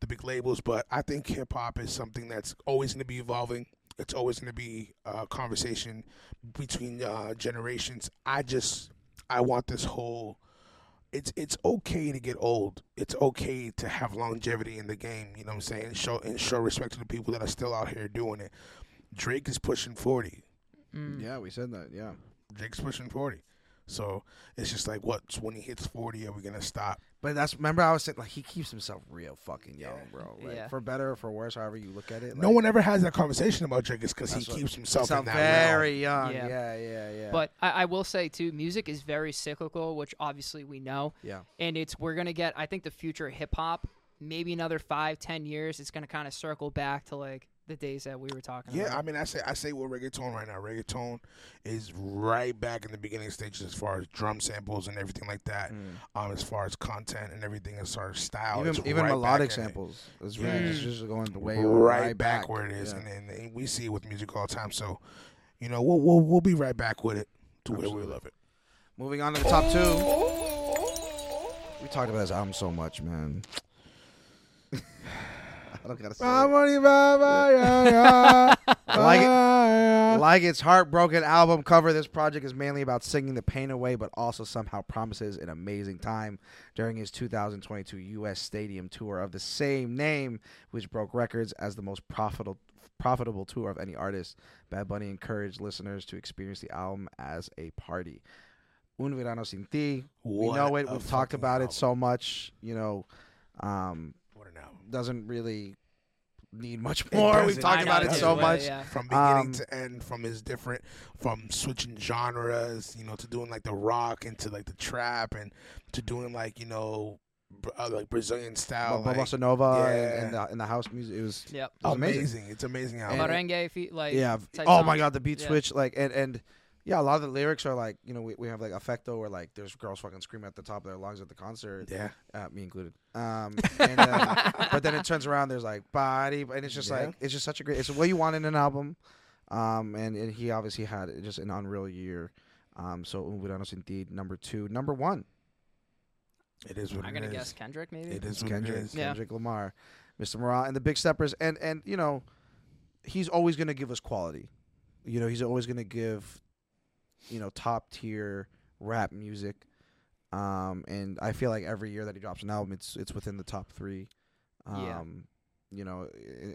Speaker 3: the big labels. But I think hip hop is something that's always going to be evolving. It's always going to be a conversation between uh, generations. I just I want this whole. It's it's okay to get old. It's okay to have longevity in the game. You know what I'm saying? Show and show respect to the people that are still out here doing it. Drake is pushing forty.
Speaker 1: Mm.
Speaker 5: Yeah, we said that. Yeah.
Speaker 3: Drake's pushing 40. So it's just like, what, when he hits 40, are we going to stop?
Speaker 5: But that's remember I was saying like he keeps himself real fucking young, bro. Like,
Speaker 1: Yeah.
Speaker 5: For better or for worse, however you look at it.
Speaker 3: No
Speaker 5: like,
Speaker 3: one ever has that conversation about Drake. It's because he
Speaker 5: That's what-
Speaker 3: keeps himself in
Speaker 5: sound
Speaker 3: that
Speaker 5: very
Speaker 3: realm.
Speaker 5: young.
Speaker 1: Yeah.
Speaker 5: Yeah, yeah, yeah.
Speaker 1: But I, I will say too, music is very cyclical, which obviously we know.
Speaker 5: yeah,
Speaker 1: and it's we're gonna get i think the future of hip-hop maybe another five ten years it's gonna kind of circle back to like the days that we were talking
Speaker 3: Yeah,
Speaker 5: Uh-huh.
Speaker 1: about
Speaker 3: I mean, I say I say with reggaeton right now. Reggaeton is right back in the beginning stages as far as drum samples and everything like that. Um, as far as content and everything, as far as style,
Speaker 5: Mm. even
Speaker 3: Oh, it's
Speaker 5: even
Speaker 3: right back
Speaker 5: melodic
Speaker 3: in it.
Speaker 5: samples is really
Speaker 1: Yeah.
Speaker 5: it's just going the way
Speaker 3: right,
Speaker 5: right
Speaker 3: back,
Speaker 5: back
Speaker 3: where it is,
Speaker 5: Yeah.
Speaker 3: and, then and we see it with music all the time. So, you know, we'll we'll, we'll be right back with it to where we love it.
Speaker 5: Moving on to the top two. We talked about this album so much, man. [LAUGHS] I don't gotta say. it. Like it- Like its heartbroken album cover, this project is mainly about singing the pain away, but also somehow promises an amazing time during his 2022 U.S. Stadium tour of the same name, which broke records as the most profitable profitable tour of any artist. Bad Bunny encouraged listeners to experience the album as a party. Un verano sin ti.
Speaker 3: [LAUGHS]
Speaker 5: We
Speaker 3: What
Speaker 5: know it.
Speaker 3: a
Speaker 5: We've talked
Speaker 3: fucking
Speaker 5: about
Speaker 3: album.
Speaker 5: it so much. You know, um,
Speaker 3: What an album.
Speaker 5: doesn't really need much
Speaker 3: It
Speaker 5: more. We've
Speaker 3: doesn't.
Speaker 5: talked
Speaker 1: I know,
Speaker 5: about
Speaker 1: it
Speaker 5: it
Speaker 1: doesn't.
Speaker 5: so
Speaker 1: Yeah,
Speaker 5: much.
Speaker 1: yeah.
Speaker 3: from beginning
Speaker 5: Um,
Speaker 3: to end, from his different, from switching genres, you know, to doing like the rock and to like the trap and to doing like you know, br- uh, like Brazilian style,
Speaker 5: Bob- Bob
Speaker 3: like,
Speaker 5: Bossa Nova
Speaker 3: yeah.
Speaker 5: and, and the, and the house music. It was, it
Speaker 1: yep
Speaker 5: was
Speaker 3: amazing.
Speaker 5: amazing.
Speaker 3: It's amazing album.
Speaker 5: And-
Speaker 1: merengue fe- like
Speaker 5: Yeah.
Speaker 1: type
Speaker 5: Oh
Speaker 1: songs.
Speaker 5: my god, the beat
Speaker 1: Yeah.
Speaker 5: switch like and and yeah, a lot of the lyrics are like you know we, we have like affecto where like there's girls fucking screaming at the top of their lungs at the concert.
Speaker 3: yeah,
Speaker 5: Uh, me included. Um, and, uh, but then it turns around. There's like body, and it's just
Speaker 3: Yeah.
Speaker 5: like it's just such a great. It's what you want in an album, um, and, and he obviously had just an unreal year. Um, so Un Verano Sin Ti, number two, number one.
Speaker 3: it is what
Speaker 1: i'm
Speaker 3: it
Speaker 1: gonna
Speaker 3: is.
Speaker 1: guess kendrick maybe
Speaker 3: It is what it
Speaker 5: Kendrick,
Speaker 3: is.
Speaker 1: Yeah.
Speaker 5: Kendrick Lamar, Mr. Morale, and the Big Steppers, and and you know, he's always going to give us quality. You know, he's always going to give, you know, top tier rap music. Um, and I feel like every year that he drops an album, it's it's within the top three. Um,
Speaker 1: Yeah.
Speaker 5: You know,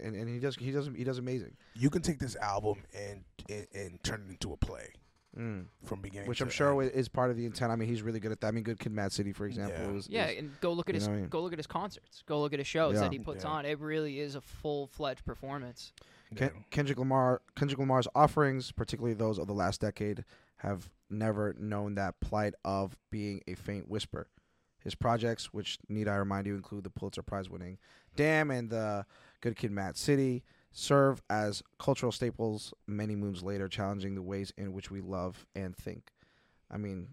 Speaker 5: and, and he does he does he does amazing,
Speaker 3: You can take this album and and, and turn it into a play
Speaker 5: mm.
Speaker 3: from beginning,
Speaker 5: which
Speaker 3: to
Speaker 5: I'm sure
Speaker 3: end.
Speaker 5: wa- is part of the intent. I mean, he's really good at that. I mean, Good Kid, Mad City, for example.
Speaker 3: Yeah.
Speaker 5: is-
Speaker 1: yeah
Speaker 5: is-
Speaker 1: and go look at
Speaker 5: you
Speaker 1: his
Speaker 5: know what I mean?
Speaker 1: go look at his concerts go look at his shows
Speaker 5: Yeah.
Speaker 1: that he puts
Speaker 3: Yeah.
Speaker 1: on it really is a full-fledged performance
Speaker 5: Ken- Kendrick Lamar, Kendrick Lamar's offerings, particularly those of the last decade, have never known that plight of being a faint whisper. His projects, which need I remind you, include the Pulitzer Prize-winning "Damn" and the Good Kid, Mad City, serve as cultural staples. Many moons later, challenging the ways in which we love and think. I mean,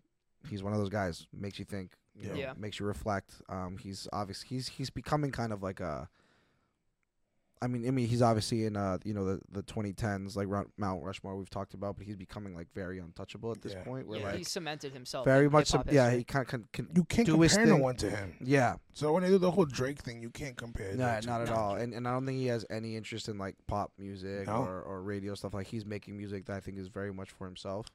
Speaker 5: he's one of those guys makes you think, you know,
Speaker 1: Yeah.
Speaker 5: makes you reflect. Um, he's obvious. He's he's becoming kind of like a I mean, I mean, he's obviously in uh, you know, the the 2010s, like Ro- Mount Rushmore we've talked about, but he's becoming like very untouchable at this
Speaker 3: Yeah.
Speaker 5: point. Where
Speaker 1: Yeah,
Speaker 5: like
Speaker 1: he cemented himself.
Speaker 5: very
Speaker 1: in
Speaker 5: much,
Speaker 1: hip-hop
Speaker 5: some- yeah,
Speaker 1: history.
Speaker 5: he kind of can, can,
Speaker 3: You can't
Speaker 5: Do his
Speaker 3: compare no
Speaker 5: thing.
Speaker 3: one to him.
Speaker 5: yeah,
Speaker 3: So when they do the whole Drake thing, you can't compare.
Speaker 5: no,
Speaker 3: that to
Speaker 5: not at
Speaker 3: him.
Speaker 5: all. And and I don't think he has any interest in like pop music
Speaker 3: No.
Speaker 5: or, or radio stuff. Like he's making music that I think is very much for himself.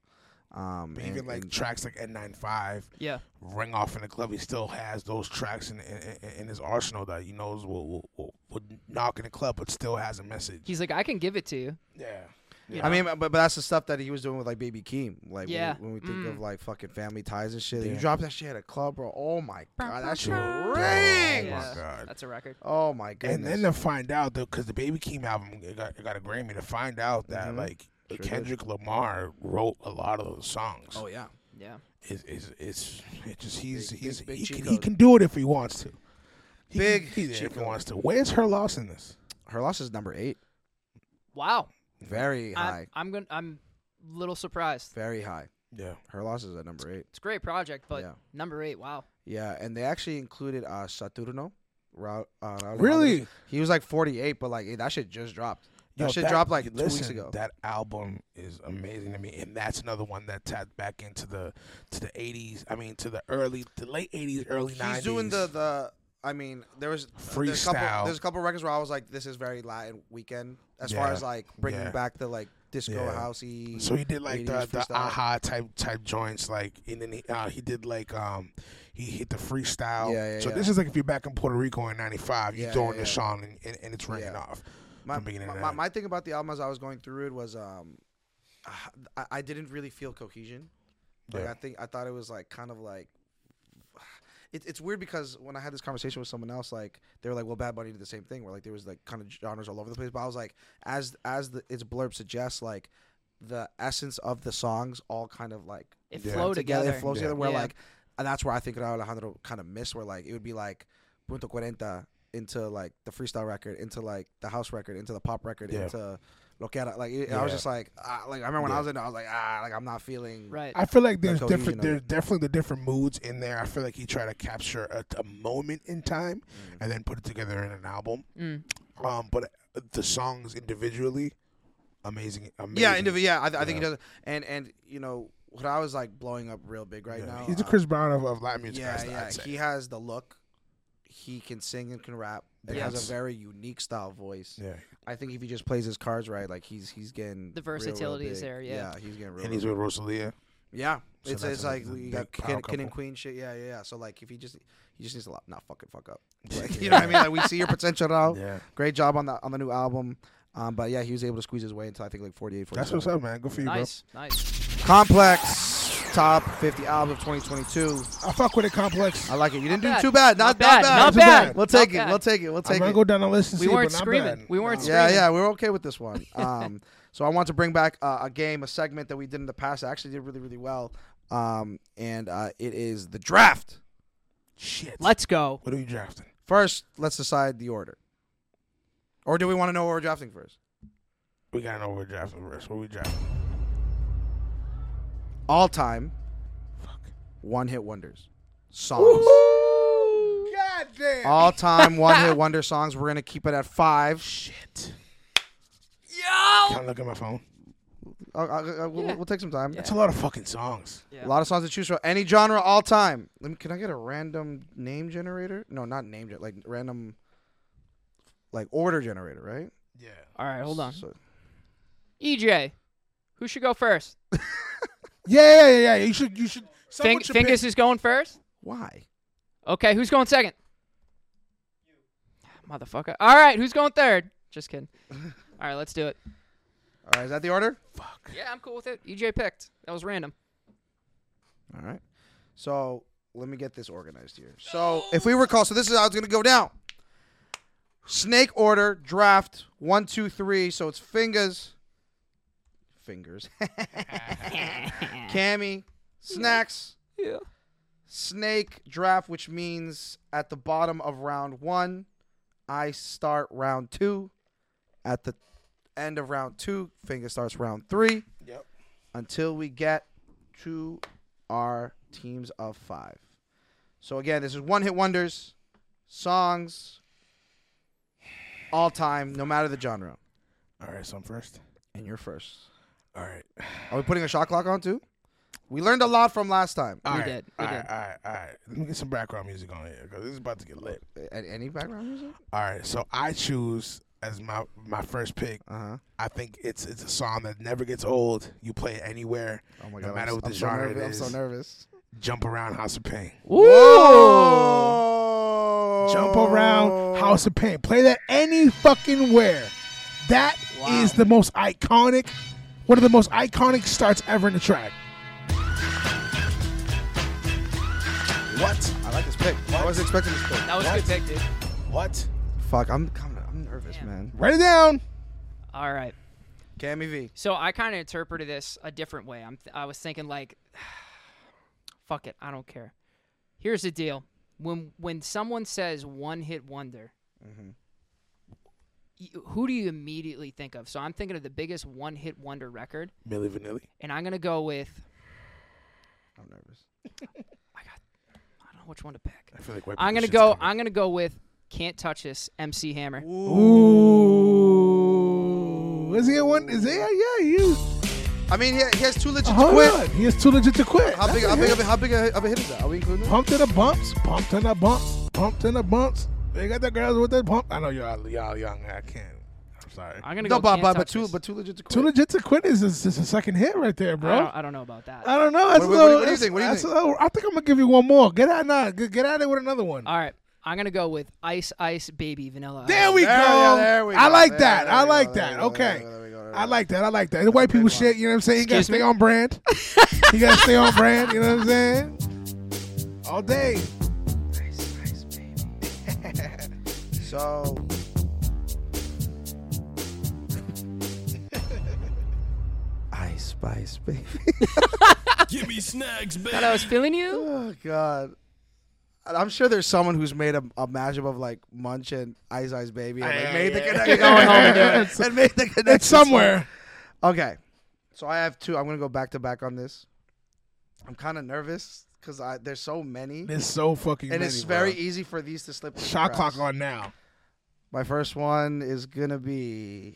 Speaker 5: Um,
Speaker 3: But
Speaker 5: and-
Speaker 3: even like
Speaker 5: and-
Speaker 3: tracks like N95,
Speaker 1: yeah.
Speaker 3: Ring Off in the Club, he still has those tracks in in, in his arsenal that he knows will, will, will, will knock in the club, but still has a message.
Speaker 1: He's like, I can give it to you.
Speaker 3: Yeah.
Speaker 1: you
Speaker 5: I
Speaker 1: know?
Speaker 5: mean, but, but that's the stuff that he was doing with like Baby Keem. Like when we-
Speaker 1: Yeah.
Speaker 5: when, we, think of
Speaker 1: Mm.
Speaker 5: like fucking family ties and shit. You
Speaker 3: Yeah.
Speaker 5: drop that shit at a club, bro. Oh my god, that shit
Speaker 3: Oh
Speaker 5: rings.
Speaker 1: Yeah.
Speaker 3: my god.
Speaker 1: That's a record.
Speaker 5: Oh my goodness.
Speaker 3: And then to find out though, because the Baby Keem album it got, it got a Grammy, to find out that
Speaker 5: Mhm.
Speaker 3: like
Speaker 5: did.
Speaker 3: Kendrick Lamar wrote a lot of those songs.
Speaker 5: oh yeah,
Speaker 1: Yeah.
Speaker 3: it's it's, it's it just he's
Speaker 5: Big-
Speaker 3: he's
Speaker 5: big- big
Speaker 3: he, can,
Speaker 5: Chico.
Speaker 3: he can do it if he wants to. He can-
Speaker 5: Big
Speaker 3: he- if he
Speaker 5: Chico.
Speaker 3: wants to. Where's her loss in this?
Speaker 5: her loss is number eight.
Speaker 1: Wow.
Speaker 5: Very high,
Speaker 1: I'm, I'm gonna. I'm a little surprised.
Speaker 5: very high.
Speaker 3: Yeah,
Speaker 5: Her loss is at number eight.
Speaker 1: It's a great project, but
Speaker 5: Yeah.
Speaker 1: number eight. Wow.
Speaker 5: Yeah, and they actually included uh Saturno. Ra- uh, Raul
Speaker 3: Really?
Speaker 5: Alejandro. He was like 48, but like eh, that shit just dropped. That
Speaker 3: Yo,
Speaker 5: shit dropped like two weeks
Speaker 3: listen,
Speaker 5: ago.
Speaker 3: That album is amazing to me, and that's another one that tapped back into the to the '80s. I mean, to the early, the late '80s, early '90s.
Speaker 5: He's doing the the. I mean, there was There's a,
Speaker 3: Freestyle.
Speaker 5: couple, there's a couple records where I was like, "This is very Latin weekend," as far
Speaker 3: Yeah.
Speaker 5: as like bringing
Speaker 3: Yeah.
Speaker 5: back the like disco
Speaker 3: Yeah.
Speaker 5: housey.
Speaker 3: So he did like the,
Speaker 5: 80s
Speaker 3: the
Speaker 5: freestyle.
Speaker 3: aha type type joints, like, and then he, uh, he did like um he hit the freestyle.
Speaker 5: Yeah, yeah,
Speaker 3: so
Speaker 5: yeah.
Speaker 3: this is like if you're back in Puerto Rico in '95, you're
Speaker 5: Yeah,
Speaker 3: throwing
Speaker 5: yeah,
Speaker 3: this
Speaker 5: yeah.
Speaker 3: on and, and, and it's ringing
Speaker 5: Yeah.
Speaker 3: off.
Speaker 5: my,
Speaker 3: from beginning
Speaker 5: my,
Speaker 3: to
Speaker 5: my,
Speaker 3: end.
Speaker 5: my thing about the album as I was going through it was um, [SIGHS] I, I didn't really feel cohesion. Like
Speaker 3: Yeah.
Speaker 5: I think I thought it was like kind of like. [SIGHS] It, it's weird because when I had this conversation with someone else, like they were like, "Well, Bad Bunny did the same thing," where like there was like kind of genres all over the place. But I was like, as as the, its blurb suggests, like the essence of the songs all kind of like
Speaker 1: It
Speaker 3: Yeah.
Speaker 1: flowed
Speaker 5: together,
Speaker 1: together.
Speaker 5: It flows
Speaker 3: Yeah.
Speaker 5: together. Where
Speaker 1: Yeah.
Speaker 5: like, and that's where I think Raúl Alejandro kind of missed. Where like it would be like Punto Cuarenta into like the freestyle record, into like the house record, into the pop record,
Speaker 3: Yeah.
Speaker 5: into lo que era. Like it, I was
Speaker 3: Yeah.
Speaker 5: just like, ah, like I remember when
Speaker 3: Yeah.
Speaker 5: I was in, there, I was like, ah, like I'm not feeling
Speaker 1: Right.
Speaker 3: I feel like there's
Speaker 5: cohesion
Speaker 3: different.
Speaker 5: of it.
Speaker 3: There's definitely the different moods in there. I feel like he tried to capture a, a moment in time
Speaker 5: Mm.
Speaker 3: and then put it together in an album.
Speaker 1: Mm.
Speaker 3: Um, but the songs individually, amazing. amazing.
Speaker 5: Yeah, indiv- yeah, I, th- I think he
Speaker 3: Yeah.
Speaker 5: does. And and you know what I was like blowing up real big right
Speaker 3: Yeah.
Speaker 5: now.
Speaker 3: He's the
Speaker 5: uh,
Speaker 3: Chris Brown of, of Latin music.
Speaker 5: Yeah,
Speaker 3: I'd-
Speaker 5: yeah.
Speaker 3: I'd say.
Speaker 5: He has the look. He can sing and can rap. He has
Speaker 1: Yes.
Speaker 5: a very unique style voice.
Speaker 3: yeah.
Speaker 5: I think if he just plays his cards right, like he's he's getting
Speaker 1: The
Speaker 5: real, real
Speaker 1: versatility is
Speaker 5: big.
Speaker 1: there, yeah.
Speaker 5: he's getting real.
Speaker 3: And he's
Speaker 5: real-
Speaker 3: with Rosalia.
Speaker 5: yeah,
Speaker 3: So
Speaker 5: it's
Speaker 3: that's
Speaker 5: it's
Speaker 3: a-
Speaker 5: like
Speaker 3: the
Speaker 5: you
Speaker 3: big
Speaker 5: got
Speaker 3: power
Speaker 5: kid, kid and
Speaker 3: couple.
Speaker 5: queen shit. Yeah, yeah, yeah. So like if he just he just needs to lo- not fucking fuck
Speaker 3: [LAUGHS]
Speaker 5: up. Like, you know what I mean? Like we see your potential now.
Speaker 3: Yeah.
Speaker 5: Great job on the on the new album. Um, but yeah, he was able to squeeze his way into I think like 48, 47.
Speaker 3: That's what's up, man. Good for you,
Speaker 1: Nice. Nice.
Speaker 5: Complex top 50 album of 2022.
Speaker 3: bro. I fuck with it, Complex.
Speaker 5: I like it. You didn't
Speaker 1: Not
Speaker 5: do too bad.
Speaker 1: bad.
Speaker 5: Not, not
Speaker 1: Not bad. Not
Speaker 3: bad.
Speaker 5: We'll
Speaker 1: Not
Speaker 5: take it.
Speaker 1: bad.
Speaker 5: We'll take it. We'll
Speaker 3: I'm
Speaker 5: take
Speaker 3: gonna
Speaker 5: it.
Speaker 3: go down the list and
Speaker 1: We
Speaker 3: see.
Speaker 1: weren't
Speaker 3: but not
Speaker 1: screaming.
Speaker 3: bad.
Speaker 1: We weren't
Speaker 5: Yeah,
Speaker 1: Screaming.
Speaker 5: yeah, we're okay with this
Speaker 1: [LAUGHS]
Speaker 5: one. Um, so I want to bring back uh, a game, a segment that we did in the past. that actually did really, really well. Um, and uh, it is the draft.
Speaker 3: Shit.
Speaker 1: Let's go.
Speaker 3: What are you drafting?
Speaker 5: First, let's decide the order. Or do we want to know what we're drafting first?
Speaker 3: We gotta know what we're drafting first. What we drafting?
Speaker 5: All time,
Speaker 3: Fuck.
Speaker 5: one hit wonders, songs.
Speaker 3: God damn.
Speaker 5: All time, one hit wonder songs. We're gonna keep it at five.
Speaker 3: Shit.
Speaker 1: Yo.
Speaker 3: Can I look at my phone?
Speaker 5: Uh, uh, uh, we'll,
Speaker 1: Yeah.
Speaker 5: we'll take some time.
Speaker 3: That's a lot of fucking songs.
Speaker 1: Yeah.
Speaker 5: A lot of songs to choose from. Any genre, all time. Let me, can I get a random name generator? No, not name gen. Like random, like order generator, right?
Speaker 3: Yeah.
Speaker 1: All right. Hold on.
Speaker 5: So-
Speaker 1: EJ, who should go first?
Speaker 3: Yeah, yeah, yeah. yeah. You should, you should. someone
Speaker 1: Fing-
Speaker 3: should
Speaker 1: Fingus
Speaker 3: pick.
Speaker 1: is going first.
Speaker 5: why?
Speaker 1: Okay, who's going second? Ah, Motherfucker. All right, who's going third?
Speaker 5: [LAUGHS]
Speaker 1: Just kidding. All right, let's do it.
Speaker 5: All right, is that the order?
Speaker 3: Fuck.
Speaker 1: Yeah, I'm cool with it. EJ picked. That was random.
Speaker 5: All right. So let me get this organized here. So if we recall, so this is how it's gonna go down. Snake order draft one two three. So it's fingers, fingers,
Speaker 1: [LAUGHS]
Speaker 5: Cammy, snacks,
Speaker 1: Yeah.
Speaker 5: snake draft, which means at the bottom of round one, I start round two. At the end of round two, finger starts round three
Speaker 3: Yep.
Speaker 5: until we get to our teams of five. So again, this is one hit wonders, songs. all time, no matter the genre.
Speaker 3: All right, so I'm first.
Speaker 5: And you're first.
Speaker 3: All right.
Speaker 5: Are we putting a shot clock on too? We learned a lot from last time.
Speaker 3: All right.
Speaker 1: did,
Speaker 3: all
Speaker 1: we
Speaker 3: right,
Speaker 1: did.
Speaker 3: all right, all right. Let me get some background music on here because this is about to get lit.
Speaker 5: A- Any background music?
Speaker 3: All right, so I choose as my my first pick.
Speaker 5: Uh huh.
Speaker 3: I think it's it's a song that never gets old. You play it anywhere,
Speaker 5: Oh my
Speaker 3: no
Speaker 5: god!
Speaker 3: matter
Speaker 5: I'm,
Speaker 3: what
Speaker 5: I'm
Speaker 3: the
Speaker 5: so
Speaker 3: genre
Speaker 5: nervous.
Speaker 3: it
Speaker 5: I'm
Speaker 3: is.
Speaker 5: so nervous.
Speaker 3: Jump around, House of Pain.
Speaker 1: Whoa!
Speaker 5: Oh!
Speaker 3: Jump around, House of Pain. Play that any fucking where. That is the most iconic, one of the most iconic starts ever in the track. What?
Speaker 5: I like this pick. I was expecting this pick.
Speaker 1: That was a good pick, dude.
Speaker 3: What?
Speaker 5: Fuck, I'm I'm, I'm nervous, man.
Speaker 3: Write it down.
Speaker 1: All right.
Speaker 5: Cammy V.
Speaker 1: So I kind of interpreted this a different way. I'm I was thinking like, [SIGHS] fuck it, I don't care. Here's the deal: when when someone says one hit wonder, you- who do you immediately think of? So I'm thinking of the biggest one hit wonder record,
Speaker 3: Millie Vanilli.
Speaker 1: and I'm gonna go with
Speaker 5: I'm nervous.
Speaker 1: I don't know which one to pick.
Speaker 3: I feel like white
Speaker 1: I'm gonna
Speaker 3: people
Speaker 1: go.
Speaker 3: shit's
Speaker 1: I'm gonna go with "Can't Touch This" MC Hammer.
Speaker 3: Ooh. Is he a one? Is he? A, yeah, you.
Speaker 5: I mean, he, he has two legit to
Speaker 3: Hold
Speaker 5: quit.
Speaker 3: on. He is too legit to quit.
Speaker 5: How
Speaker 3: That's
Speaker 5: big,
Speaker 3: a
Speaker 5: how big,
Speaker 3: hit.
Speaker 5: of a- how big of a- of a hit is that? Are we including that?
Speaker 3: Pump to the bumps, pump to the bumps, pump to the bumps. They got the girls with the pump. I know y'all, y'all young. I can't. I'm sorry.
Speaker 1: I'm gonna
Speaker 5: No,
Speaker 1: go.
Speaker 5: but,
Speaker 1: "Can't
Speaker 5: but, but
Speaker 1: Touch
Speaker 5: two,
Speaker 1: This."
Speaker 5: but two legit to quit.
Speaker 3: Too legit to quit is is, is a second hit right there, bro.
Speaker 1: I don't, I don't know about that.
Speaker 3: I don't know. That's
Speaker 5: Wait, wait,
Speaker 3: a little-
Speaker 5: what do you think? What do you
Speaker 3: that's
Speaker 5: think?
Speaker 3: a little- I think I'm gonna give you one more. Get out now. Get, get out of there with another one.
Speaker 1: All right, I'm gonna go with "Ice Ice Baby Vanilla."
Speaker 3: There
Speaker 1: Ice.
Speaker 3: we
Speaker 5: There
Speaker 3: go.
Speaker 5: we go, there we
Speaker 3: I
Speaker 5: go,
Speaker 3: like
Speaker 5: there,
Speaker 3: that.
Speaker 5: there
Speaker 3: I
Speaker 5: we go,
Speaker 3: like
Speaker 5: there
Speaker 3: that.
Speaker 5: we go, there
Speaker 3: okay.
Speaker 5: we go, there we go, there we
Speaker 3: I
Speaker 5: go.
Speaker 3: like that. I like that. The white people shit. You know what I'm saying? You gotta
Speaker 1: Excuse
Speaker 3: stay
Speaker 1: me?
Speaker 3: on
Speaker 1: [LAUGHS]
Speaker 3: brand. you gotta stay on brand. You know what I'm saying? All day.
Speaker 5: So. [LAUGHS] Ice Spice, baby.
Speaker 2: Give me snacks, baby.
Speaker 1: Thought I was feeling you.
Speaker 5: [LAUGHS] oh, God. And I'm sure there's someone who's made a, a mashup of like Munch and Ice Ice Baby and like,
Speaker 3: Yeah,
Speaker 5: made the
Speaker 3: yeah. [LAUGHS]
Speaker 5: connection.
Speaker 1: Going home and doing
Speaker 3: it.
Speaker 5: and made the connection.
Speaker 3: It's somewhere.
Speaker 5: Okay. So I have two. I'm going to go back to back on this. I'm kind of nervous because there's so many.
Speaker 3: It's so fucking.
Speaker 5: and
Speaker 3: many,
Speaker 5: it's
Speaker 3: bro.
Speaker 5: very easy for these to slip. through the
Speaker 3: Shot
Speaker 5: cracks.
Speaker 3: clock on now.
Speaker 5: My first one is gonna be.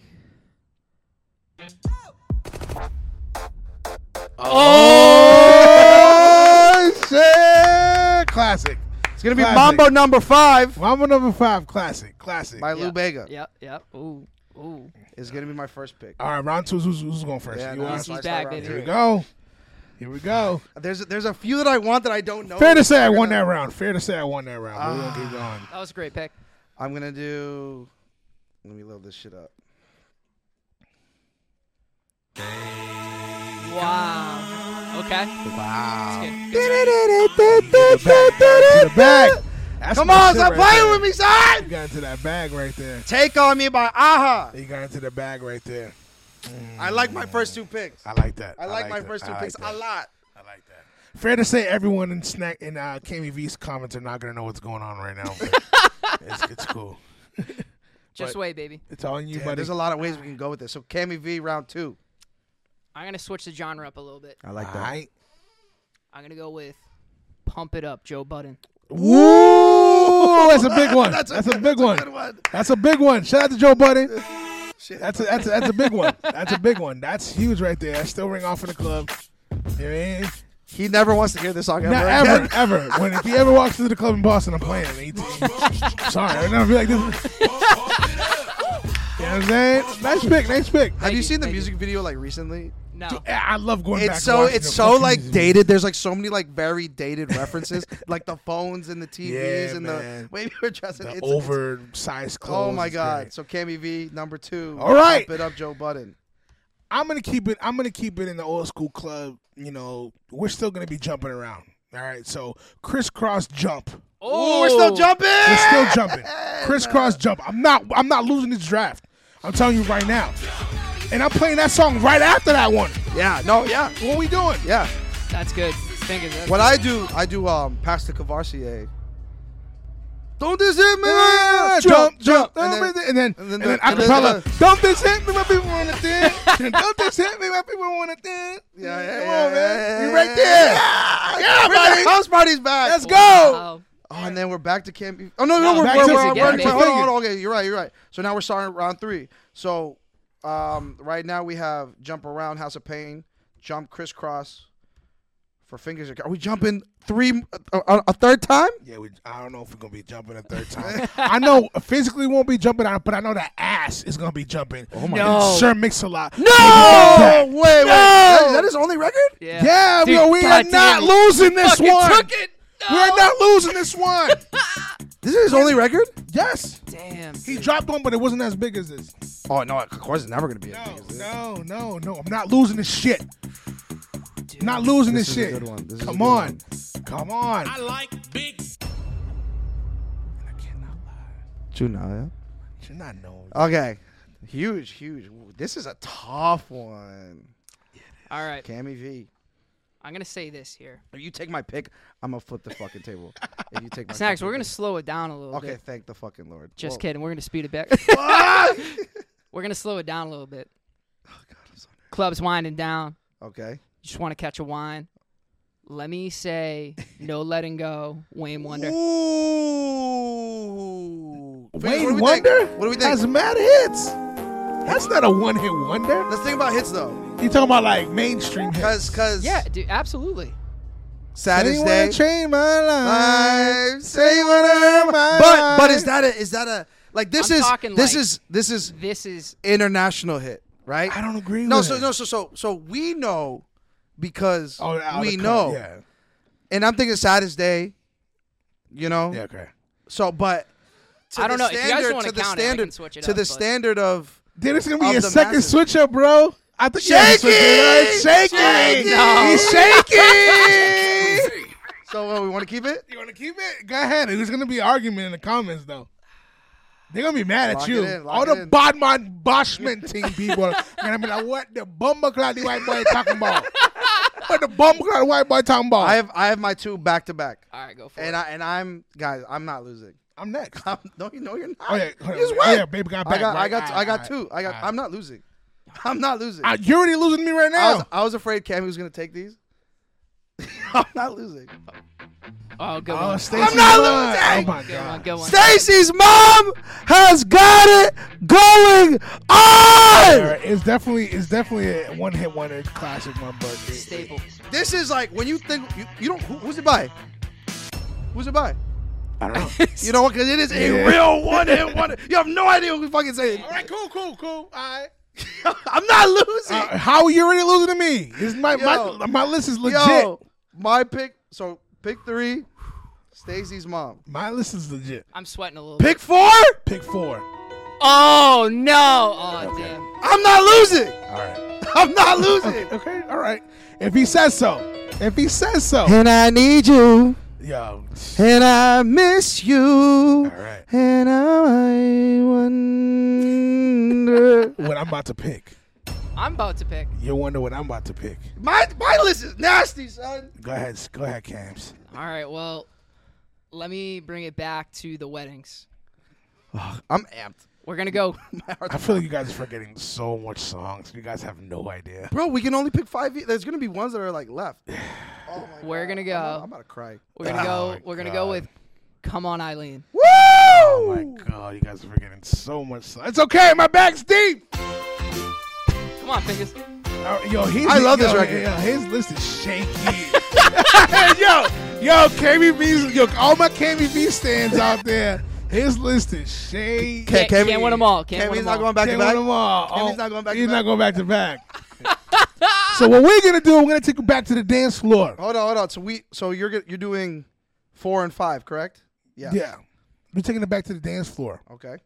Speaker 3: Oh shit! Classic.
Speaker 5: It's gonna be
Speaker 3: Classic.
Speaker 5: Mambo number five.
Speaker 3: Mama number five. Classic. Classic.
Speaker 5: By Lou
Speaker 1: Yeah.
Speaker 5: Bega
Speaker 1: Yep, yep. Ooh, ooh.
Speaker 5: is gonna be my first pick.
Speaker 3: All right, round two. Who's, who's going first?
Speaker 5: Yeah,
Speaker 3: you
Speaker 5: no,
Speaker 3: are?
Speaker 5: that's why I
Speaker 1: He's
Speaker 5: start
Speaker 1: back,
Speaker 5: round
Speaker 1: baby.
Speaker 3: Here we
Speaker 5: two.
Speaker 3: go. Here we go.
Speaker 5: There's there's a few that I want that I don't know.
Speaker 3: Fair to say I
Speaker 5: Oh, We're
Speaker 3: won
Speaker 5: gonna- Ah.
Speaker 3: that round. Fair to say I won that round. but we won't keep going.
Speaker 1: That was a great pick.
Speaker 5: I'm gonna do. Let me load this shit up.
Speaker 1: Wow. Okay. Wow.
Speaker 3: To the bag. That's
Speaker 5: Come
Speaker 3: my
Speaker 5: on,
Speaker 3: shit
Speaker 5: stop
Speaker 3: right
Speaker 5: playing
Speaker 3: there.
Speaker 5: with me,
Speaker 3: You
Speaker 5: son.
Speaker 3: got into that bag right there.
Speaker 5: Take on me by Aha.
Speaker 3: You got into the bag right there.
Speaker 5: I like my first two picks.
Speaker 3: I like that.
Speaker 5: I like my
Speaker 3: that.
Speaker 5: first two
Speaker 3: I like
Speaker 5: picks a
Speaker 3: that.
Speaker 5: lot.
Speaker 3: I like that. Fair to say, everyone in snack in uh, Kami V's comments are not gonna know what's going on right now.
Speaker 5: [LAUGHS]
Speaker 3: But it's, it's cool.
Speaker 1: Just wait, baby.
Speaker 3: It's on you,
Speaker 5: Damn,
Speaker 3: buddy.
Speaker 5: there's a lot of ways we can go with this. So Cammy V round two.
Speaker 1: I'm gonna switch the genre up a little bit.
Speaker 5: I like
Speaker 3: All right.
Speaker 1: I'm gonna go with "Pump It Up," Joe Budden.
Speaker 5: [LAUGHS]
Speaker 3: Woo! That's a big one. that's, a,
Speaker 5: good-
Speaker 3: big one.
Speaker 5: good one.
Speaker 3: That's a big one. Shout out to Joe
Speaker 5: [LAUGHS]
Speaker 3: Budden. That's a, that's a, that's a big one. That's a big one. That's huge right there. That's still ring off in the club. You know what I mean?
Speaker 5: He never wants to hear this song ever.
Speaker 3: Not
Speaker 5: again.
Speaker 3: [LAUGHS] ever, ever. When if he ever walks into the club in Boston, I'm playing it. He- he- Sorry, I'm never be like this. [LAUGHS] you know what I'm saying? Nice pick, nice pick.
Speaker 5: Have you,
Speaker 1: you,
Speaker 5: seen the
Speaker 1: thank you.
Speaker 5: music video like recently?
Speaker 1: No.
Speaker 3: Yeah, I love going back.
Speaker 5: It's
Speaker 3: and
Speaker 5: so
Speaker 3: watching
Speaker 5: it's
Speaker 3: the
Speaker 5: so
Speaker 3: fucking
Speaker 5: like
Speaker 3: music.
Speaker 5: dated. There's like so many like very dated
Speaker 3: [LAUGHS]
Speaker 5: references, like the phones and the TVs
Speaker 3: Yeah,
Speaker 5: and
Speaker 3: man.
Speaker 5: the way we were dressing.
Speaker 3: The
Speaker 5: it's, it's-
Speaker 3: oversized clothes.
Speaker 5: oh my
Speaker 3: is
Speaker 5: god!
Speaker 3: great.
Speaker 5: So Cammy V number two.
Speaker 3: All right.
Speaker 5: pump it up, Joe Budden.
Speaker 3: I'm gonna keep it. I'm gonna keep it in the old school club. You know, we're still gonna be jumping around. All right, so crisscross jump.
Speaker 1: Oh,
Speaker 5: We're still jumping.
Speaker 3: We're still
Speaker 5: [LAUGHS]
Speaker 3: jumping. Crisscross jump. I'm not. I'm not losing this draft. I'm telling you right now. And I'm playing that song right after that one.
Speaker 5: Yeah. No. Yeah.
Speaker 3: What we doing?
Speaker 5: Yeah.
Speaker 1: That's good. Thank you. That's
Speaker 5: What I do, I do um Pastor Cavarcier. Don't this hit me?
Speaker 3: Jump, jump,
Speaker 5: And
Speaker 3: and
Speaker 5: then-
Speaker 3: then and then,
Speaker 5: and then
Speaker 3: and then
Speaker 5: the- and then
Speaker 3: acapella.
Speaker 5: the-
Speaker 3: Don't this hit me, my people wanna dance. [LAUGHS] Don't this hit me, my people wanna dance.
Speaker 5: Yeah, yeah,
Speaker 3: Come
Speaker 5: yeah,
Speaker 3: on,
Speaker 5: yeah,
Speaker 3: man.
Speaker 5: yeah,
Speaker 3: you right
Speaker 5: yeah,
Speaker 3: there.
Speaker 5: yeah.
Speaker 3: Yeah,
Speaker 5: Bring that
Speaker 3: buddy.
Speaker 5: House party's back.
Speaker 3: Let's
Speaker 1: Wow.
Speaker 3: go.
Speaker 5: Oh, and then we're back to camp. Beef- Oh no, no,
Speaker 1: No,
Speaker 5: we're
Speaker 1: back
Speaker 5: we're,
Speaker 1: to
Speaker 5: we're,
Speaker 1: it
Speaker 3: E.
Speaker 5: we're,
Speaker 1: again,
Speaker 5: we're-
Speaker 1: baby.
Speaker 5: hold on, hold on. Okay, you're right, you're right. So now we're starting round three. So um, right now we have jump around, House of Pain, jump crisscross for fingers. Are we jumping three a, a, a third time?
Speaker 3: Yeah, we, I don't know if we're gonna be jumping a third time. [LAUGHS] I know physically won't be jumping out, but I know that ass is gonna be jumping. Oh
Speaker 5: my
Speaker 1: No.
Speaker 3: Sure, mix a lot. No,
Speaker 5: Oh wait, wait. That, that is only record.
Speaker 1: Yeah.
Speaker 3: yeah,
Speaker 1: Dude,
Speaker 3: bro, we are
Speaker 1: goddamn,
Speaker 3: not
Speaker 1: you
Speaker 3: losing this
Speaker 1: fucking
Speaker 3: one.
Speaker 1: took it.
Speaker 3: We
Speaker 1: No.
Speaker 3: are not losing this
Speaker 1: [LAUGHS]
Speaker 3: one.
Speaker 5: This is his only record.
Speaker 3: yes,
Speaker 1: Damn.
Speaker 3: he dropped one, but it wasn't as big as this.
Speaker 5: Oh no, of course it's never gonna be. as
Speaker 3: No,
Speaker 5: big as this.
Speaker 3: Oh, no, no, no. I'm not losing this shit. Not losing this,
Speaker 5: This is a
Speaker 3: shit.
Speaker 5: good one. This is a
Speaker 3: Come
Speaker 5: good
Speaker 3: on,
Speaker 5: one.
Speaker 3: come on.
Speaker 2: I like big.
Speaker 5: Juno,
Speaker 3: Should not know.
Speaker 5: yeah. Okay. Huge, huge. This is a tough one.
Speaker 1: All right.
Speaker 5: Cammy V.
Speaker 1: I'm gonna say this here.
Speaker 5: If you take my pick, I'm gonna flip the fucking table.
Speaker 1: [LAUGHS]
Speaker 5: If you take my
Speaker 1: Snacks.
Speaker 5: fucking
Speaker 1: We're gonna
Speaker 5: pick.
Speaker 1: slow it down a little
Speaker 5: Okay,
Speaker 1: bit.
Speaker 5: thank the fucking Lord.
Speaker 1: Just
Speaker 5: Whoa.
Speaker 1: kidding. We're gonna speed
Speaker 3: [LAUGHS]
Speaker 1: it back. we're gonna slow it down a little bit.
Speaker 3: Oh,
Speaker 1: Club's winding down.
Speaker 5: [LAUGHS] Okay.
Speaker 1: You just want to catch a wine. Let
Speaker 3: [LAUGHS]
Speaker 1: me say, no letting go. Wayne Wonder.
Speaker 5: Ooh. Fingers,
Speaker 3: Wayne
Speaker 5: what do we
Speaker 3: Wonder
Speaker 5: think? What do we
Speaker 3: has
Speaker 5: think?
Speaker 3: mad hits. That's not a one hit wonder.
Speaker 5: Let's think about hits though,
Speaker 3: You talking about like mainstream hits?
Speaker 5: cause cause
Speaker 1: Yeah, dude, absolutely.
Speaker 5: saddest
Speaker 3: Anyone
Speaker 5: day.
Speaker 3: change my life.
Speaker 5: I say what I'm.
Speaker 3: my
Speaker 5: But but
Speaker 3: life.
Speaker 5: is that a is that a like this
Speaker 1: I'm
Speaker 5: is
Speaker 1: talking
Speaker 5: this
Speaker 1: like-
Speaker 5: is this is
Speaker 1: This is
Speaker 5: international hit right?
Speaker 3: I don't agree
Speaker 5: No
Speaker 3: with
Speaker 5: so
Speaker 3: it.
Speaker 5: no so so so we know because
Speaker 3: Oh, out of
Speaker 5: we
Speaker 3: cut,
Speaker 5: know
Speaker 3: Yeah.
Speaker 5: and I'm thinking saddest day. You know.
Speaker 3: Yeah. Okay.
Speaker 5: So, but to
Speaker 1: I don't
Speaker 5: the
Speaker 1: know. If you guys
Speaker 5: standard-
Speaker 1: wanna
Speaker 5: to the
Speaker 1: count it, I can
Speaker 5: standard,
Speaker 1: switch it
Speaker 5: to
Speaker 1: up,
Speaker 5: the
Speaker 1: but-
Speaker 5: standard of
Speaker 3: Dude, it's gonna
Speaker 5: Of
Speaker 3: be a
Speaker 5: the
Speaker 3: second
Speaker 5: masses.
Speaker 3: switch up, bro. I think you have to switch it up.
Speaker 5: Shaky!
Speaker 3: shaky.
Speaker 1: No.
Speaker 3: He's shaky.
Speaker 5: [LAUGHS] so uh, we want to keep it.
Speaker 3: you want to keep it? Go ahead. There's gonna be an argument in the comments though. They're gonna be mad at
Speaker 5: Lock
Speaker 3: you.
Speaker 5: it in, lock
Speaker 3: All
Speaker 5: it
Speaker 3: the
Speaker 5: in.
Speaker 3: Bodman Boschman team people. and I'm like, what the bumble cloud the white boy talking about? what the bumble cloud white boy talking about?
Speaker 5: I have I have my two back to back,
Speaker 1: all right. Go for
Speaker 5: and
Speaker 1: it.
Speaker 5: I and I'm guys. I'm not losing. [LAUGHS]
Speaker 3: I'm next.
Speaker 5: I'm, no, you know you're not.
Speaker 3: Oh, yeah.
Speaker 5: You just
Speaker 3: Oh,
Speaker 5: won.
Speaker 3: yeah, baby got
Speaker 5: I
Speaker 3: back,
Speaker 5: got I
Speaker 3: right? Ah,
Speaker 5: got I got
Speaker 3: Alright,
Speaker 5: two. I got.
Speaker 3: alright.
Speaker 5: I'm not losing. I'm not losing.
Speaker 3: Ah, you're already losing me right
Speaker 5: I
Speaker 3: now.
Speaker 5: was, I was afraid Cammy was gonna take these. [LAUGHS] I'm not losing.
Speaker 1: oh, good
Speaker 3: Oh,
Speaker 1: one.
Speaker 3: Stacey
Speaker 5: I'm not
Speaker 3: Lund.
Speaker 5: losing.
Speaker 3: Oh my
Speaker 1: Good one.
Speaker 3: god.
Speaker 1: Good one.
Speaker 5: Stacy's mom has got it going on.
Speaker 3: Alright, It's definitely it's definitely a one hit wonder classic one, but it-
Speaker 1: Staple.
Speaker 5: This is like when you think you, you don't. Who, who's it by? Who's it by?
Speaker 3: I don't know.
Speaker 5: You know what? Because it is a
Speaker 3: Yeah.
Speaker 5: real one
Speaker 3: [LAUGHS]
Speaker 5: hit wonder. You have no idea what we fucking saying.
Speaker 3: All right, cool, cool, cool. All right.
Speaker 5: [LAUGHS] I'm not losing.
Speaker 3: Uh, [LAUGHS] how are you already losing to me? This my,
Speaker 5: Yo.
Speaker 3: my my list is legit.
Speaker 5: Yo, my pick. So pick three, Stacy's mom.
Speaker 3: My list is legit.
Speaker 1: I'm sweating a little. bit.
Speaker 5: Pick four.
Speaker 3: Pick four.
Speaker 1: Oh no! Oh damn.
Speaker 5: I'm not losing.
Speaker 3: All right.
Speaker 5: I'm not losing.
Speaker 3: Okay. All right. If he says so. If he says so.
Speaker 5: And I need you.
Speaker 3: Yo.
Speaker 5: And I miss you.
Speaker 3: All right.
Speaker 5: And I
Speaker 3: [LAUGHS]
Speaker 5: wonder.
Speaker 3: What I'm about to pick.
Speaker 1: I'm about to pick.
Speaker 3: You wonder what I'm about to pick.
Speaker 5: my my list is nasty, son.
Speaker 3: Go ahead. Go ahead, Cams.
Speaker 1: All right. Well, let me bring it back to the weddings.
Speaker 5: I'm amped.
Speaker 1: We're
Speaker 3: [LAUGHS]
Speaker 1: gonna go. [LAUGHS]
Speaker 3: I feel like you guys are forgetting so much songs. You guys have no idea.
Speaker 5: Bro, we can only pick five. e- There's gonna be ones that are like left. Oh my
Speaker 1: We're gonna
Speaker 5: I'm about- I'm
Speaker 1: go.
Speaker 5: about to cry.
Speaker 1: We're gonna
Speaker 3: Oh,
Speaker 1: go.
Speaker 3: my
Speaker 1: We're gonna go
Speaker 3: Oh, God.
Speaker 1: with. Come on, Eileen.
Speaker 5: Woo!
Speaker 3: Oh my god, you guys are forgetting so much. Songs. It's okay. My back's deep.
Speaker 1: Come on, fingers.
Speaker 3: All right, Uh, Yo, he's,
Speaker 5: I love
Speaker 3: yo,
Speaker 5: this record.
Speaker 3: Yo, his list is shaky.
Speaker 5: [LAUGHS]
Speaker 3: yo, yo, KBB's, yo, all my KBB stands out there. His list is shaky.
Speaker 1: Can't- can't win 'em all. Can't
Speaker 5: Cammy's
Speaker 1: win 'em
Speaker 5: not
Speaker 1: all.
Speaker 5: going back
Speaker 3: Can't
Speaker 5: to back.
Speaker 3: win 'em all. Oh,
Speaker 5: Can't- he's not going back to
Speaker 3: He's
Speaker 5: back.
Speaker 3: not going back to back.
Speaker 5: [LAUGHS]
Speaker 3: so what we're gonna do? We're gonna take you back to the dance floor.
Speaker 5: Hold on, hold on. So we, so you're go- you're doing four and five, correct? Yeah.
Speaker 3: Yeah, we're taking it back to the dance floor.
Speaker 5: Okay.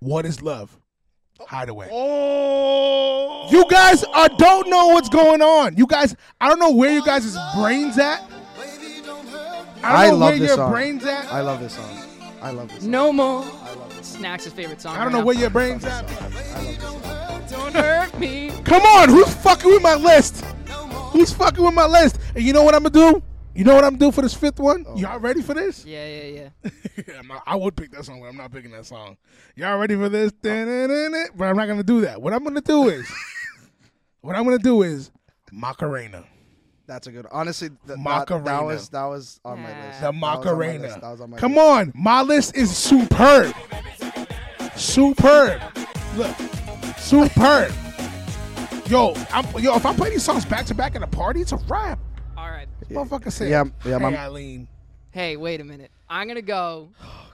Speaker 3: What is love? Hideaway.
Speaker 5: Oh.
Speaker 3: You guys uh, don't know what's going on. You guys, I don't know where you guys' brains at. I
Speaker 5: I
Speaker 3: don't know
Speaker 5: love
Speaker 3: where
Speaker 5: this
Speaker 3: your
Speaker 5: song.
Speaker 3: brains at.
Speaker 5: I love this song. I love this. Song.
Speaker 1: No more. Snacks' favorite song.
Speaker 3: I
Speaker 1: right
Speaker 3: don't know
Speaker 1: now.
Speaker 3: where your brains
Speaker 5: [LAUGHS]
Speaker 3: at.
Speaker 1: Don't hurt me.
Speaker 3: Come on, who's fucking with my list? Who's fucking with my list? And you know what I'm gonna do? You know what I'm gonna do for this fifth one?
Speaker 5: Oh.
Speaker 3: Y'all ready for this?
Speaker 1: Yeah, yeah, yeah.
Speaker 3: [LAUGHS] I'm not- I would pick that song, but I'm not picking that song. Y'all ready for this? Da-na-na-na. But I'm not
Speaker 5: [LAUGHS]
Speaker 3: gonna do that. What I'm gonna do is, what I'm gonna do is Macarena.
Speaker 5: That's a good. Honestly, th- that- That
Speaker 3: Macarena.
Speaker 5: was that was on my
Speaker 1: Yeah.
Speaker 5: list.
Speaker 1: The
Speaker 5: That was on my
Speaker 3: Macarena.
Speaker 5: list. That was on my
Speaker 3: Come
Speaker 5: list.
Speaker 3: on, my list is superb. Superb. Look, superb. Yo, I'm, yo, if I play these songs back to back at a party, it's a wrap. [LAUGHS]
Speaker 1: All right.
Speaker 3: Motherfucker said,
Speaker 5: Yeah, yeah,
Speaker 3: hey,
Speaker 5: my-
Speaker 3: Eileen.
Speaker 1: Hey, wait a minute. I'm gonna go.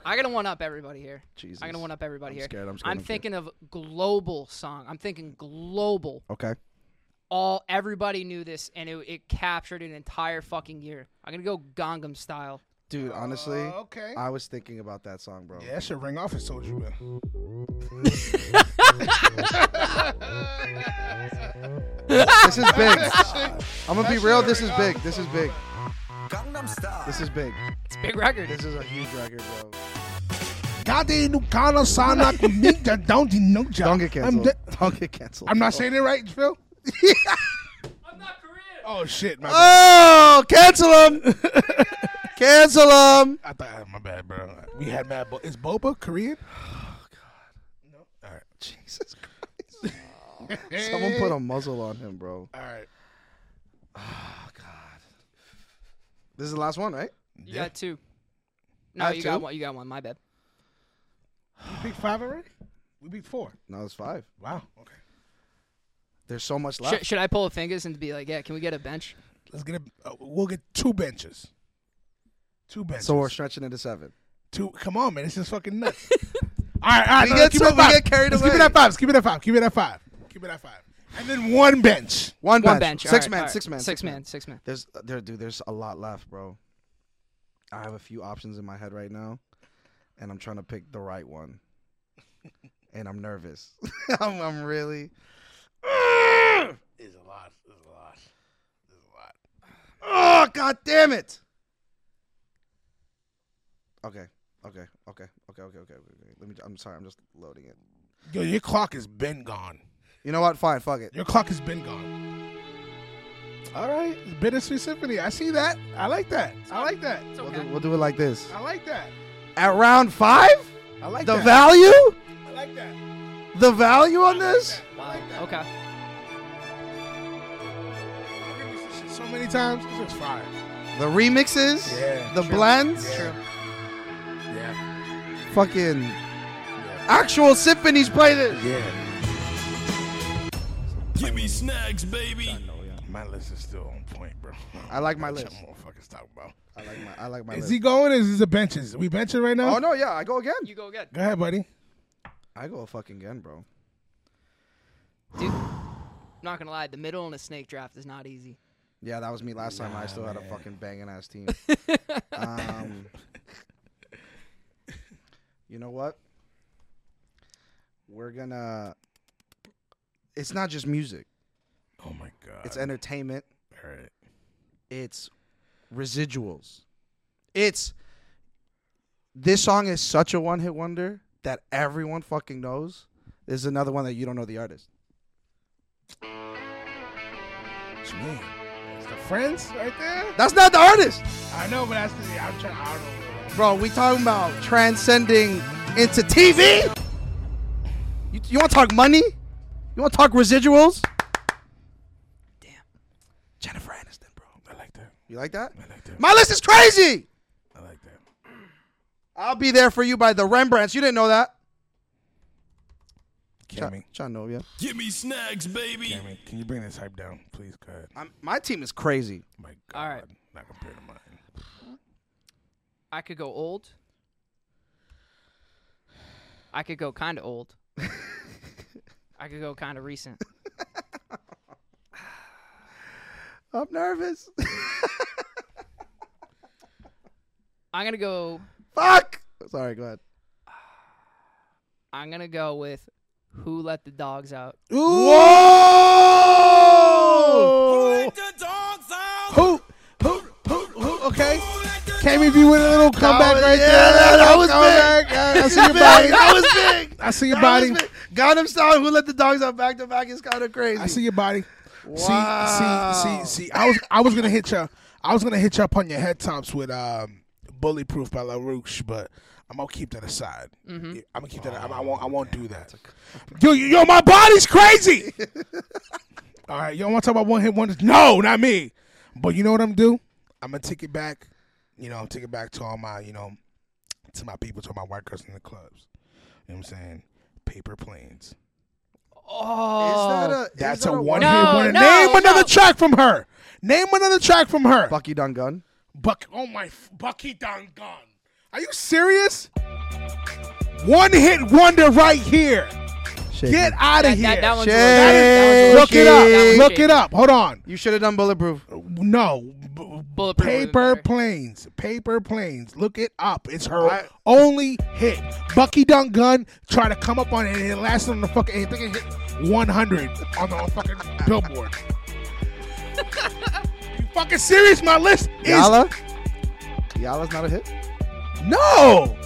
Speaker 1: I'm gonna one up
Speaker 5: [SIGHS]
Speaker 1: everybody here.
Speaker 5: Jesus.
Speaker 1: I'm gonna one up everybody
Speaker 5: I'm
Speaker 1: here.
Speaker 5: scared, I'm scared, I'm scared.
Speaker 1: thinking of global song. I'm thinking global.
Speaker 5: Okay.
Speaker 1: All everybody knew this, and it, it captured an entire fucking year. I'm gonna go Gangnam Style.
Speaker 5: Dude, honestly,
Speaker 3: Uh, okay.
Speaker 5: I was thinking about that song, bro.
Speaker 3: Yeah, that should ring off in Soulja Will.
Speaker 5: This is [LAUGHS] big. I'm gonna be real. This is big. This is big. This is big.
Speaker 1: It's a big record.
Speaker 5: This is a huge record, bro.
Speaker 3: Gade Nukana Sana
Speaker 5: [LAUGHS]
Speaker 3: Kumika Don't know
Speaker 5: Don't get
Speaker 3: I'm,
Speaker 5: canceled.
Speaker 3: de-
Speaker 5: Don't get canceled.
Speaker 3: I'm not saying it right, Phil.
Speaker 1: [LAUGHS] I'm not Korean.
Speaker 3: Oh shit, my bad.
Speaker 5: Oh, cancel [LAUGHS] him. cancel him.
Speaker 3: I thought ah, my bad, bro. We had mad. Bo- is boba
Speaker 5: [SIGHS]
Speaker 3: Korean?
Speaker 5: Oh, Jesus Christ. Someone put a muzzle on him, bro.
Speaker 3: All right.
Speaker 5: Oh, This is the last one, right?
Speaker 1: You got two. No,
Speaker 5: I have
Speaker 1: you got
Speaker 5: two?
Speaker 1: one. You got one. My bad.
Speaker 3: We beat five already. We beat four.
Speaker 5: No, it's five.
Speaker 3: Wow. Okay.
Speaker 5: There's so much left.
Speaker 1: Should, should I pull a fingers and be like, yeah, can we get a bench?
Speaker 3: Let's get a. Uh, we'll get two benches. Two benches.
Speaker 5: so we're stretching it to seven.
Speaker 3: two. Come on, man. This is fucking nuts. all right, all right.
Speaker 5: We
Speaker 3: no,
Speaker 5: get
Speaker 3: let's keep it
Speaker 5: so-
Speaker 3: at
Speaker 5: we
Speaker 3: five.
Speaker 5: get carried
Speaker 3: let's Keep
Speaker 5: away.
Speaker 3: it at five. Let's keep it at five. Keep it at five. Keep it at five. And then one bench.
Speaker 5: One bench.
Speaker 1: One bench.
Speaker 5: Six
Speaker 1: All right,
Speaker 5: man.
Speaker 1: all right.
Speaker 5: Six man.
Speaker 1: Six man. Six man.
Speaker 5: There's there, dude. There's a lot left, bro. I have a few options in my head right now, and I'm trying to pick the
Speaker 3: [LAUGHS]
Speaker 5: right one. and I'm nervous. [LAUGHS] I'm, I'm really.
Speaker 3: Is a lot. Is a lot. Is a lot.
Speaker 5: Oh God damn it! Okay. Okay. Okay. Okay. Okay. Okay. Okay. okay. Let me. I'm sorry. I'm just loading it.
Speaker 3: Yo, your clock has been gone.
Speaker 5: You know what? Fine. Fuck it.
Speaker 3: Your clock has been gone. All right, bittersweet symphony. I see that. I like that. I like that.
Speaker 1: It's
Speaker 5: We'll
Speaker 1: okay.
Speaker 5: do, we'll do it like this.
Speaker 3: I like that.
Speaker 5: At round five,
Speaker 3: I like
Speaker 5: the
Speaker 3: that.
Speaker 5: value,
Speaker 3: I like that.
Speaker 5: the value on this.
Speaker 1: Wow. Okay.
Speaker 3: I've been listening to this So many times, this is fire.
Speaker 5: The remixes,
Speaker 3: Yeah.
Speaker 5: the blends,
Speaker 3: Yeah.
Speaker 1: True.
Speaker 3: Yeah,
Speaker 5: fucking actual symphonies play this.
Speaker 3: yeah.
Speaker 2: Give me snags, baby.
Speaker 3: My list is still on point, bro.
Speaker 5: I like my
Speaker 3: What
Speaker 5: list.
Speaker 3: y'all motherfuckers talk about.
Speaker 5: I like my, I like my
Speaker 3: Is
Speaker 5: list.
Speaker 3: he going? Or is it benches? we benching right now?
Speaker 5: oh no, yeah, I go again.
Speaker 1: You go get.
Speaker 3: Go ahead, buddy.
Speaker 5: I go fucking again, bro.
Speaker 1: Dude, I'm not gonna lie, the middle in a snake draft is not easy.
Speaker 5: Yeah, that was me last time. I still had a fucking banging ass [LAUGHS] team. um, you know what? We're gonna. It's not just music.
Speaker 3: Oh my god.
Speaker 5: It's entertainment.
Speaker 3: All right.
Speaker 5: it's residuals. It's this song is such a one hit wonder that everyone fucking knows. There's another one that you don't know the artist.
Speaker 3: Man, it's the friends right there.
Speaker 5: That's not the artist,
Speaker 3: I know, but that's the. I'm trying. I don't know.
Speaker 5: bro. We talking about transcending into TV. You, you want to talk money? You want to talk residuals?
Speaker 1: Damn.
Speaker 5: Jennifer Aniston, bro.
Speaker 3: I like that.
Speaker 5: You like that?
Speaker 3: I like that.
Speaker 5: My list is crazy.
Speaker 3: I like that.
Speaker 5: I'll be there for you by the Rembrandts. You didn't know that.
Speaker 3: Cammy,
Speaker 5: John Novia.
Speaker 2: Give me snags, baby.
Speaker 3: Cammy, can you bring this hype down, please? Go ahead.
Speaker 5: I'm, my team is crazy.
Speaker 3: My God,
Speaker 1: All right.
Speaker 3: not compared to mine.
Speaker 1: I could go old. I could go kind of old. I could go kind of recent.
Speaker 5: I'm nervous. [LAUGHS]
Speaker 1: I'm gonna go.
Speaker 5: Fuck. Sorry, go ahead.
Speaker 1: I'm gonna go with "Who Let the Dogs Out."
Speaker 3: Whoa!
Speaker 2: The dogs out.
Speaker 3: Who? Who? Who? Who? Okay. Cammy B with a little comeback
Speaker 5: was-
Speaker 3: right
Speaker 5: Oh, yeah,
Speaker 3: there.
Speaker 5: that- that was
Speaker 3: comeback. I, I see
Speaker 5: [LAUGHS]
Speaker 3: your body.
Speaker 5: That
Speaker 3: [LAUGHS]
Speaker 5: was big.
Speaker 3: I see your
Speaker 5: That
Speaker 3: body.
Speaker 5: was big. Gotham style. Who let the dogs out back to back is kind of crazy.
Speaker 3: I see your body.
Speaker 5: Wow.
Speaker 3: See, see, see, see. I was, I was gonna hit you. I was gonna hit you up on your head tops with um, "Bullyproof" by La Roche, but I'm gonna keep that aside.
Speaker 5: Mm-hmm.
Speaker 3: Yeah, I'm gonna keep that. I, I won't. I won't do that. Yo, yo, yo, [LAUGHS] my body's crazy. All right, y'all want to talk about one hit wonders? No, not me. But you know what I'm do? I'm gonna take it back. You know, take it back to all my, you know, to my people, to my white girls in the clubs. You know what I'm saying? Paper planes.
Speaker 1: Oh,
Speaker 5: a,
Speaker 3: That's a one
Speaker 1: No,
Speaker 3: hit wonder.
Speaker 1: no,
Speaker 3: Name another
Speaker 1: no.
Speaker 3: track from her. Name another track from her.
Speaker 5: Bucky Dungun.
Speaker 3: Buck, oh my, f- Bucky Don Gun. Are you serious? One hit wonder right here.
Speaker 5: Shake
Speaker 3: Get
Speaker 5: it.
Speaker 3: out of
Speaker 1: that,
Speaker 3: here.
Speaker 1: that, that one's
Speaker 5: Shit.
Speaker 1: that one's-
Speaker 3: Look it up.
Speaker 1: that one's-
Speaker 3: Look it up. Hold on.
Speaker 5: You should have done bulletproof.
Speaker 3: No. B-
Speaker 1: Bulletproof would've been
Speaker 3: Paper
Speaker 1: better.
Speaker 3: planes. Paper planes. Look it up. It's her
Speaker 5: I-
Speaker 3: only hit. Bucky Dunk Gun tried to come up on it and it lasted on the fucking. I think it hit 100 on the fucking billboard.
Speaker 1: [LAUGHS]
Speaker 3: you fucking serious? My list is
Speaker 5: Yala. Yala's not a hit.
Speaker 3: no.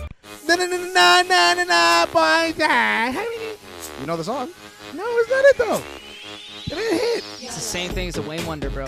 Speaker 3: Na na na na na na na boy. ah.
Speaker 5: You know the song.
Speaker 3: No, it's not it though. It ain't hit.
Speaker 1: It's the same thing as a Wayne Wonder, bro.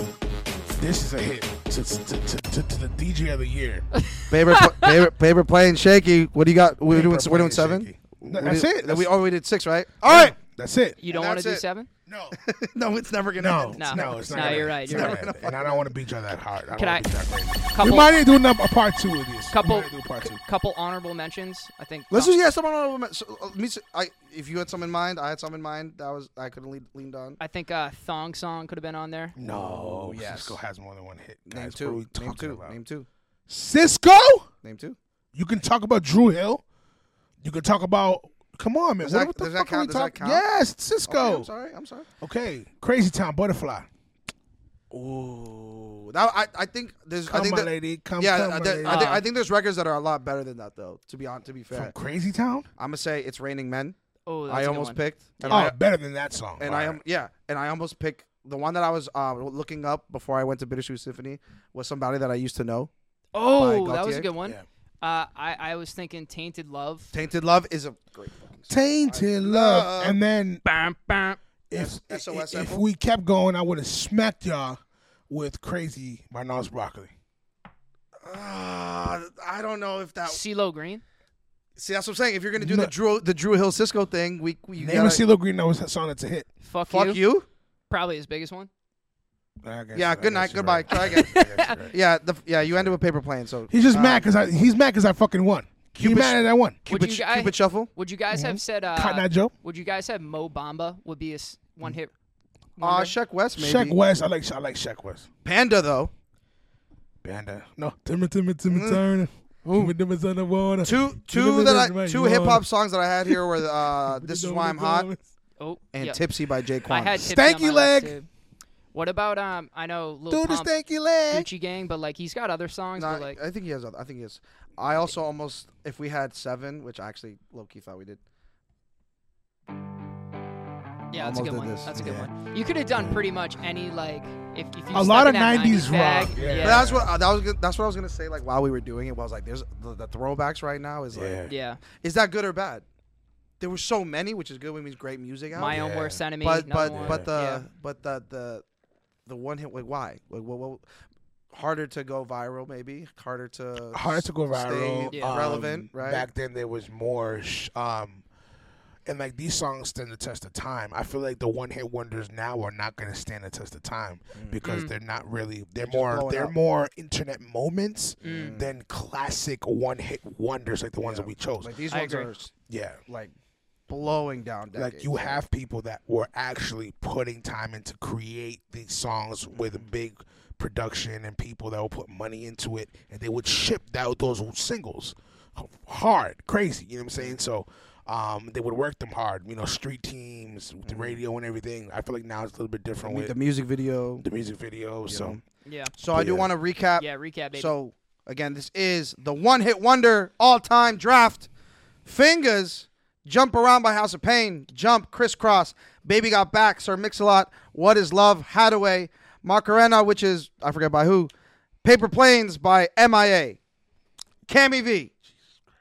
Speaker 3: This is a hit to, to, to, to, to the DJ of the
Speaker 1: [LAUGHS]
Speaker 3: year.
Speaker 5: Favorite, pl- favorite, favorite playing shaky. What do you got? We're
Speaker 3: Paper
Speaker 5: doing. We're
Speaker 3: plane
Speaker 5: doing
Speaker 3: is
Speaker 5: seven.
Speaker 3: shaky. No, that's
Speaker 5: we,
Speaker 3: it. That's,
Speaker 5: we oh, we did six, right? All right.
Speaker 3: that's it.
Speaker 1: You don't
Speaker 5: And
Speaker 1: want to
Speaker 5: that's
Speaker 1: do
Speaker 5: it.
Speaker 1: seven?
Speaker 3: No,
Speaker 5: [LAUGHS] no, it's never gonna.
Speaker 3: no,
Speaker 5: end.
Speaker 1: No.
Speaker 3: no, it's not.
Speaker 1: No,
Speaker 3: gonna happen.
Speaker 1: you're right,
Speaker 3: It's
Speaker 1: you're
Speaker 3: not
Speaker 1: right.
Speaker 3: gonna happen. And I don't want to beat you that hard. I don't
Speaker 1: Can
Speaker 3: wanna
Speaker 1: I-
Speaker 3: beat you that hard. We
Speaker 1: Couple,
Speaker 3: might need to do another a part two of this. we
Speaker 1: couple,
Speaker 3: might need to do part two.
Speaker 1: c- couple honorable mentions. I think.
Speaker 5: Let's
Speaker 1: no,
Speaker 5: just yeah. Someone on the- so, uh, me. s- I if you had some in mind, I had some in mind. That was I couldn't lead, leaned on.
Speaker 1: I think uh, Thong Song could have been on there.
Speaker 3: No,
Speaker 5: yes.
Speaker 3: Cisco has more than one hit.
Speaker 5: Name
Speaker 3: Guys,
Speaker 5: two.
Speaker 3: What are we talking
Speaker 5: Name two.
Speaker 3: about?
Speaker 5: Name two.
Speaker 3: Cisco.
Speaker 5: Name two.
Speaker 3: You can talk about Drew Hill. You can talk about. Come on, man.
Speaker 5: Does
Speaker 3: what,
Speaker 5: that-
Speaker 3: what the
Speaker 5: does that
Speaker 3: fuck are
Speaker 5: count?
Speaker 3: we
Speaker 5: Does that
Speaker 3: talking?
Speaker 5: count?
Speaker 3: Yes,
Speaker 5: Okay,
Speaker 3: Cisco.
Speaker 5: I'm sorry. I'm sorry.
Speaker 3: Okay, Crazy Town Butterfly.
Speaker 5: Ooh, that I, I think there's
Speaker 3: Come
Speaker 5: I think
Speaker 3: on,
Speaker 5: that,
Speaker 3: lady. Come,
Speaker 5: yeah
Speaker 3: come
Speaker 5: I,
Speaker 3: on,
Speaker 5: there-
Speaker 3: lady.
Speaker 5: I, think,
Speaker 1: Uh,
Speaker 5: I think there's records that are a lot better than that though. To be on to be fair,
Speaker 3: From Crazy Town.
Speaker 5: I'm gonna say it's raining men.
Speaker 1: Oh, that's a
Speaker 5: I
Speaker 1: good
Speaker 5: almost
Speaker 1: one.
Speaker 5: picked and
Speaker 3: Oh,
Speaker 5: I
Speaker 3: better than that song.
Speaker 5: and
Speaker 3: All
Speaker 5: I
Speaker 3: right.
Speaker 5: am yeah and I almost picked the one that I was uh, looking up before I went to Bittersweet Symphony was somebody that I used to know.
Speaker 1: Oh,
Speaker 5: by
Speaker 1: that was
Speaker 5: Gaultier.
Speaker 1: a good one.
Speaker 3: Yeah.
Speaker 1: Uh, I I was thinking Tainted Love.
Speaker 5: Tainted Love is a great fucking song.
Speaker 3: Tainted love. And then
Speaker 1: Bam, bam.
Speaker 3: if
Speaker 5: S-
Speaker 3: i-
Speaker 5: SOS
Speaker 3: if
Speaker 5: sample?
Speaker 3: we kept going, I would have smacked y'all with crazy by Nas Broccoli.
Speaker 5: Ah, I don't know if that.
Speaker 1: CeeLo Green.
Speaker 5: See, that's what I'm saying. If you're gonna do
Speaker 3: No.
Speaker 5: the Drew the Drew Hill Cisco thing, we, we you
Speaker 3: Name a
Speaker 5: gotta-
Speaker 3: CeeLo Green knows that song that's a hit.
Speaker 1: Fuck,
Speaker 5: fuck you.
Speaker 1: you. Probably his biggest one.
Speaker 3: I guess-
Speaker 5: Yeah,
Speaker 3: I
Speaker 5: good
Speaker 3: guess
Speaker 5: night,
Speaker 3: you're
Speaker 5: goodbye,
Speaker 3: right.
Speaker 5: try again.
Speaker 3: [LAUGHS] I guess you're right.
Speaker 5: Yeah, the, yeah, you ended with paper plane. So
Speaker 3: He's just
Speaker 5: um,
Speaker 3: mad because I he's mad because I fucking won. He's
Speaker 5: Cupid-
Speaker 3: mad that I won.
Speaker 1: Would
Speaker 5: Cupid,
Speaker 1: you guys-
Speaker 5: Cupid Shuffle.
Speaker 1: Would you guys
Speaker 5: mm-hmm.
Speaker 1: have said?
Speaker 3: Cotton Eye
Speaker 1: Uh,
Speaker 3: Joe,
Speaker 1: would you guys have Mo Bamba would be his
Speaker 5: Mm.
Speaker 1: one hit?
Speaker 5: Uh,
Speaker 1: wonder?
Speaker 5: Sheck West maybe.
Speaker 3: Shaq West. I like I like Shaq West.
Speaker 5: Panda though.
Speaker 3: Banda. No, Timmy Timmy Timmy
Speaker 5: Mm.
Speaker 3: Turner. Timmy Timmy on the water.
Speaker 5: Two
Speaker 3: Give
Speaker 5: two
Speaker 3: me
Speaker 5: that
Speaker 3: that
Speaker 5: I
Speaker 3: right,
Speaker 5: two
Speaker 3: you
Speaker 5: hip hop
Speaker 3: are.
Speaker 5: songs that I had here were uh This Is Why I'm Hot
Speaker 1: oh,
Speaker 5: and
Speaker 1: yeah.
Speaker 5: Tipsy by Jay
Speaker 1: I
Speaker 5: Quan.
Speaker 1: had Tipsy
Speaker 3: Stanky
Speaker 1: on my list,
Speaker 3: Leg.
Speaker 1: too. What about um? I know Lil
Speaker 3: Do the
Speaker 1: Pump,
Speaker 3: stanky leg.
Speaker 1: Gucci Gang, but like he's got other songs.
Speaker 5: Nah,
Speaker 1: but like
Speaker 5: I think he has other, I think he has. I also almost if we had seven, which I actually low key thought we did.
Speaker 1: Yeah, that's
Speaker 5: Almost
Speaker 1: a good
Speaker 5: did
Speaker 1: one.
Speaker 5: this.
Speaker 1: That's a good
Speaker 5: Yeah.
Speaker 1: one. You could have done pretty much any like if, if you
Speaker 3: A
Speaker 1: stuck
Speaker 3: lot
Speaker 1: in
Speaker 3: of
Speaker 1: that
Speaker 3: 90s
Speaker 1: 90s bag,
Speaker 3: rock,
Speaker 1: Yeah.
Speaker 3: yeah.
Speaker 5: But that's what uh, that was good- that's what I was gonna say. Like while we were doing it, I was like, "There's the, the throwbacks right now." Is like,
Speaker 3: Yeah.
Speaker 1: yeah.
Speaker 5: is that good or bad? There were so many, which is good. when means great music out.
Speaker 1: My
Speaker 5: there.
Speaker 1: own worst enemy.
Speaker 5: but
Speaker 1: number
Speaker 5: but
Speaker 1: one.
Speaker 5: but the
Speaker 1: Yeah.
Speaker 5: but the the the one hit like why like what, what harder to go viral maybe harder to
Speaker 3: hard to go
Speaker 5: s-
Speaker 3: viral.
Speaker 5: stay
Speaker 1: Yeah.
Speaker 5: relevant
Speaker 3: Um,
Speaker 5: right
Speaker 3: Back then, there was more, sh- um, and like these songs stand the test of time. I feel like the one hit wonders now are not going to stand the test of time because
Speaker 1: Mm.
Speaker 3: they're not really. They're
Speaker 5: just
Speaker 3: more.
Speaker 5: blowing
Speaker 3: They're
Speaker 5: up.
Speaker 3: more internet moments
Speaker 1: Mm.
Speaker 3: than classic one hit wonders like the ones that we chose.
Speaker 5: like these
Speaker 1: I
Speaker 5: ones
Speaker 1: agree.
Speaker 5: are s-
Speaker 3: yeah.
Speaker 5: like blowing down decades.
Speaker 3: Like you have people that were actually putting time into create these songs with big production and people that would put money into it, and they would ship out those singles hard, crazy. You know what I'm saying? So um, they would work them hard. You know, street teams, the radio, and everything. I feel like now it's a little bit
Speaker 5: I
Speaker 3: different
Speaker 5: mean,
Speaker 3: with
Speaker 5: the music video
Speaker 3: the music video. So
Speaker 5: [LAUGHS]
Speaker 1: yeah.
Speaker 5: so i do
Speaker 3: Yeah.
Speaker 5: want to recap
Speaker 1: Yeah, recap baby.
Speaker 5: so again this is the one hit wonder all-time draft fingers jump around by house of pain jump crisscross baby got back sir mix-a-lot what is love hadaway macarena which is i forget by who paper planes by mia Cammy V.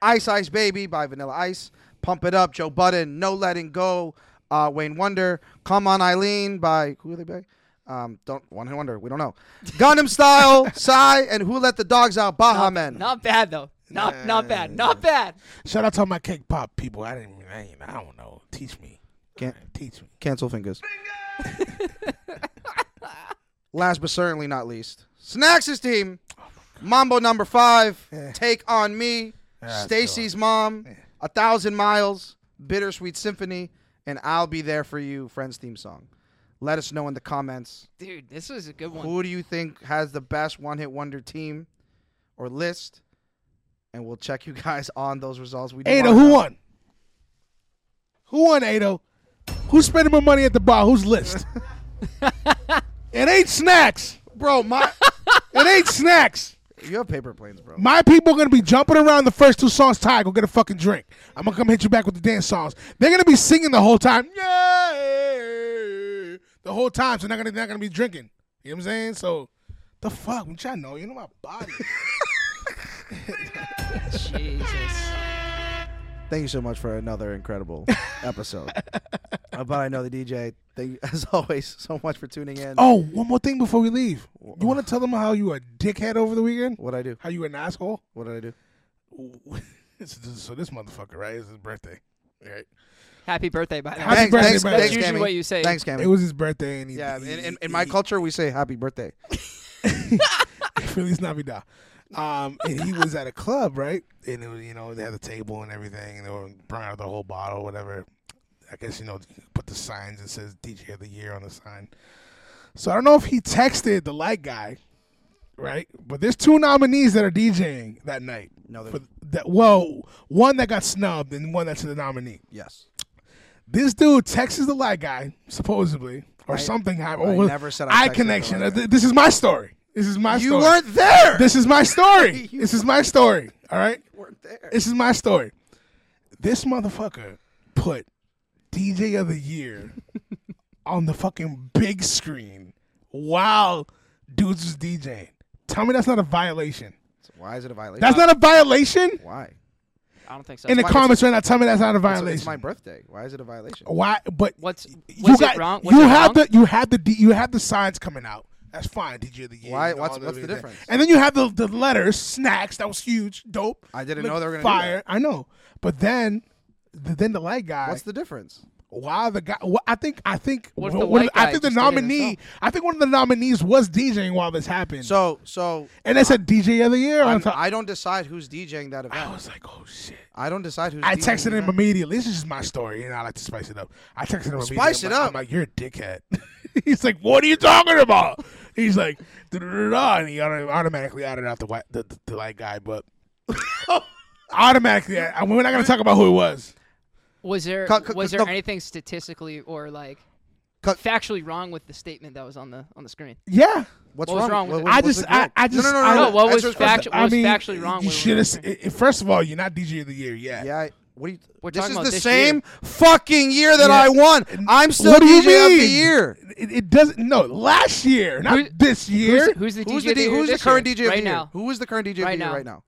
Speaker 5: Ice Ice Baby by Vanilla Ice. Pump It Up, Joe Budden. No Letting Go, uh, Wayne Wonder. Come On Eileen by, who are they by? Um, don't, One Hit Wonder, we don't know. Gundam Style,
Speaker 1: [LAUGHS]
Speaker 5: Psy, and Who Let the Dogs Out, Baha Men.
Speaker 1: Not bad though. Not not bad. Not bad.
Speaker 3: shout out to all my cake pop people. I didn't. even- I, ain't- I don't know. Teach me.
Speaker 5: Can't-
Speaker 3: teach me. [LAUGHS]
Speaker 5: Cancel Fingers. Last but certainly not least, Snacks' team, Mambo number five,
Speaker 3: Yeah.
Speaker 5: Take on Me,
Speaker 3: Eh. Ah, That's Eh.
Speaker 5: Stacy's Mom, A Thousand Miles, Bittersweet Symphony, and I'll Be There For You, Friends theme song. Let us know in the comments.
Speaker 1: Dude, this was a good one.
Speaker 5: Who do you think has the best one hit wonder team or list? And we'll check you guys [LAUGHS] on those results. We do
Speaker 3: Ada,
Speaker 5: wanna
Speaker 3: who
Speaker 5: know.
Speaker 3: won? Who won, Ada? Who's spending more money at the bar? Who's list? it ain't snacks.
Speaker 5: Bro, my [LAUGHS]
Speaker 3: It ain't snacks.
Speaker 5: You have paper planes, bro.
Speaker 3: My people are gonna be jumping around the first two songs. Ty, go get a fucking drink. I'm gonna come hit you back with the dance songs. They're gonna be singing the whole time. Yeah, the whole time. So they're not gonna they're not gonna be drinking. You know what I'm saying? So, the fuck, which I know. You know my body.
Speaker 1: Jesus.
Speaker 5: Thank you so much for
Speaker 3: [LAUGHS]
Speaker 5: another incredible episode. Uh, but I know the DJ. Thank you, [LAUGHS] as always, so much for tuning in.
Speaker 3: oh, one more thing before we leave. You want to tell them how you a dickhead over the weekend?
Speaker 5: What I do?
Speaker 3: How you an asshole?
Speaker 5: What did I do?
Speaker 3: This is- so this motherfucker, right? It's his birthday. Right.
Speaker 1: Happy birthday, by the
Speaker 3: Happy
Speaker 1: way.
Speaker 3: birthday,
Speaker 5: thanks,
Speaker 3: brother.
Speaker 5: thanks,
Speaker 1: That's usually
Speaker 5: Cammy.
Speaker 1: what you say.
Speaker 5: Thanks, Cammy.
Speaker 3: It was his birthday, and he
Speaker 5: yeah, in,
Speaker 3: he-
Speaker 5: in, in my
Speaker 3: he- [LAUGHS]
Speaker 5: culture, we say happy birthday.
Speaker 3: Feliz Navidad. Um, and he was at a club, right? And it was, you know, they had the table and everything, and they were bringing out the whole bottle, whatever. I guess you know, put the signs and says DJ of the year on the sign. So I don't know if he texted the light guy, right? But there's two nominees that are DJing that night.
Speaker 5: No,
Speaker 3: For that well, one that got snubbed and one that's the nominee.
Speaker 5: yes.
Speaker 3: This dude texts the light guy, supposedly, or something happened.
Speaker 5: I
Speaker 3: Oh,
Speaker 5: never said I
Speaker 3: eye
Speaker 5: texted the
Speaker 3: connection.
Speaker 5: light guy.
Speaker 3: Uh, This is my story. This is my
Speaker 5: You
Speaker 3: story.
Speaker 5: weren't there.
Speaker 3: This is my story.
Speaker 5: [LAUGHS] You
Speaker 3: this is my story. All right.
Speaker 5: You weren't there.
Speaker 3: This is my story. This motherfucker put DJ of the
Speaker 5: [LAUGHS]
Speaker 3: year on the fucking big screen while dudes was DJing. Tell me that's not a violation.
Speaker 5: Why is it a violation?
Speaker 3: That's not a violation.
Speaker 5: Why?
Speaker 1: I don't think so.
Speaker 3: In the
Speaker 5: why-
Speaker 3: comments right now, tell me that's not a
Speaker 5: It's,
Speaker 3: violation.
Speaker 5: it's my birthday. Why is it a violation?
Speaker 3: Why? But
Speaker 1: What's
Speaker 3: you
Speaker 1: was
Speaker 3: got
Speaker 1: it wrong? Was
Speaker 3: you
Speaker 1: it
Speaker 3: have
Speaker 1: wrong?
Speaker 3: the you have the D- you have the signs coming out. That's fine. DJ of the year.
Speaker 5: Why-
Speaker 3: you know,
Speaker 5: what's-
Speaker 3: all
Speaker 5: what's the
Speaker 3: everything.
Speaker 5: difference?
Speaker 3: And then you have the the letters snacks. That was huge. Dope.
Speaker 5: I didn't
Speaker 3: Looked
Speaker 5: know they were gonna do
Speaker 3: fire. I know, but then. The, then the light guy.
Speaker 5: What's the difference?
Speaker 3: why the guy? Wh- I think I think
Speaker 1: What if
Speaker 3: wh-
Speaker 1: the
Speaker 3: what if-
Speaker 1: white
Speaker 3: I
Speaker 1: guy
Speaker 3: think the
Speaker 1: just did it
Speaker 3: nominee. I think one of the nominees was DJing while this happened.
Speaker 5: So, so
Speaker 3: and they said DJ of the year.
Speaker 5: I'm,
Speaker 3: on top.
Speaker 5: I do not decide who's DJing that
Speaker 3: I
Speaker 5: event.
Speaker 3: was like, oh shit.
Speaker 5: I don't decide who's.
Speaker 3: I
Speaker 5: DJing
Speaker 3: texted
Speaker 5: the
Speaker 3: him
Speaker 5: event.
Speaker 3: immediately. This is just my story, and I like to spice it up. I texted him immediately.
Speaker 5: Spice
Speaker 3: I'm
Speaker 5: it
Speaker 3: like,
Speaker 5: up.
Speaker 3: I'm like, you're a dickhead. [LAUGHS] He's like, what are you talking about? He's like, "Da-da-da-da," and he auto- automatically added out the white, the, the, the light guy, [LAUGHS] but automatically, I, we're not gonna talk about who it was.
Speaker 1: Was there
Speaker 5: Cut- cut-
Speaker 1: was
Speaker 5: cut-
Speaker 1: there
Speaker 5: no.
Speaker 1: anything statistically or like
Speaker 5: Cut.
Speaker 1: factually wrong with the statement that was on the on the screen?
Speaker 3: Yeah,
Speaker 5: What's
Speaker 1: What was wrong with
Speaker 5: What-
Speaker 1: it?
Speaker 5: what-
Speaker 3: I
Speaker 5: what's
Speaker 3: just,
Speaker 5: the
Speaker 3: I,
Speaker 5: joke?
Speaker 3: I just,
Speaker 5: no, no,
Speaker 3: I
Speaker 5: no,
Speaker 1: No,
Speaker 3: don't-
Speaker 5: no.
Speaker 1: what
Speaker 5: That's
Speaker 1: was
Speaker 5: just-
Speaker 1: factu-
Speaker 3: I
Speaker 1: what was
Speaker 3: mean,
Speaker 1: factually wrong?
Speaker 3: You
Speaker 1: with it?
Speaker 3: should have. First of all, you're not DJ of the year yet.
Speaker 5: Yeah. I- What do you?
Speaker 1: We're
Speaker 5: this
Speaker 1: talking
Speaker 5: is
Speaker 1: about
Speaker 5: the
Speaker 1: this
Speaker 5: same
Speaker 1: year.
Speaker 5: fucking year that I won. I'm still
Speaker 3: What do you
Speaker 5: DJ of the
Speaker 3: mean?
Speaker 5: year.
Speaker 3: It, it doesn't. No, last year, not
Speaker 1: Who-
Speaker 3: this year.
Speaker 1: Who's, who's the
Speaker 5: Who's
Speaker 1: DJ
Speaker 5: the,
Speaker 1: of
Speaker 5: D-
Speaker 1: year
Speaker 5: who's the
Speaker 1: this
Speaker 5: current
Speaker 1: year?
Speaker 5: DJ of the
Speaker 1: right
Speaker 5: year?
Speaker 1: now?
Speaker 5: Who is the current DJ of
Speaker 1: Right
Speaker 5: the year
Speaker 1: now.
Speaker 5: right now?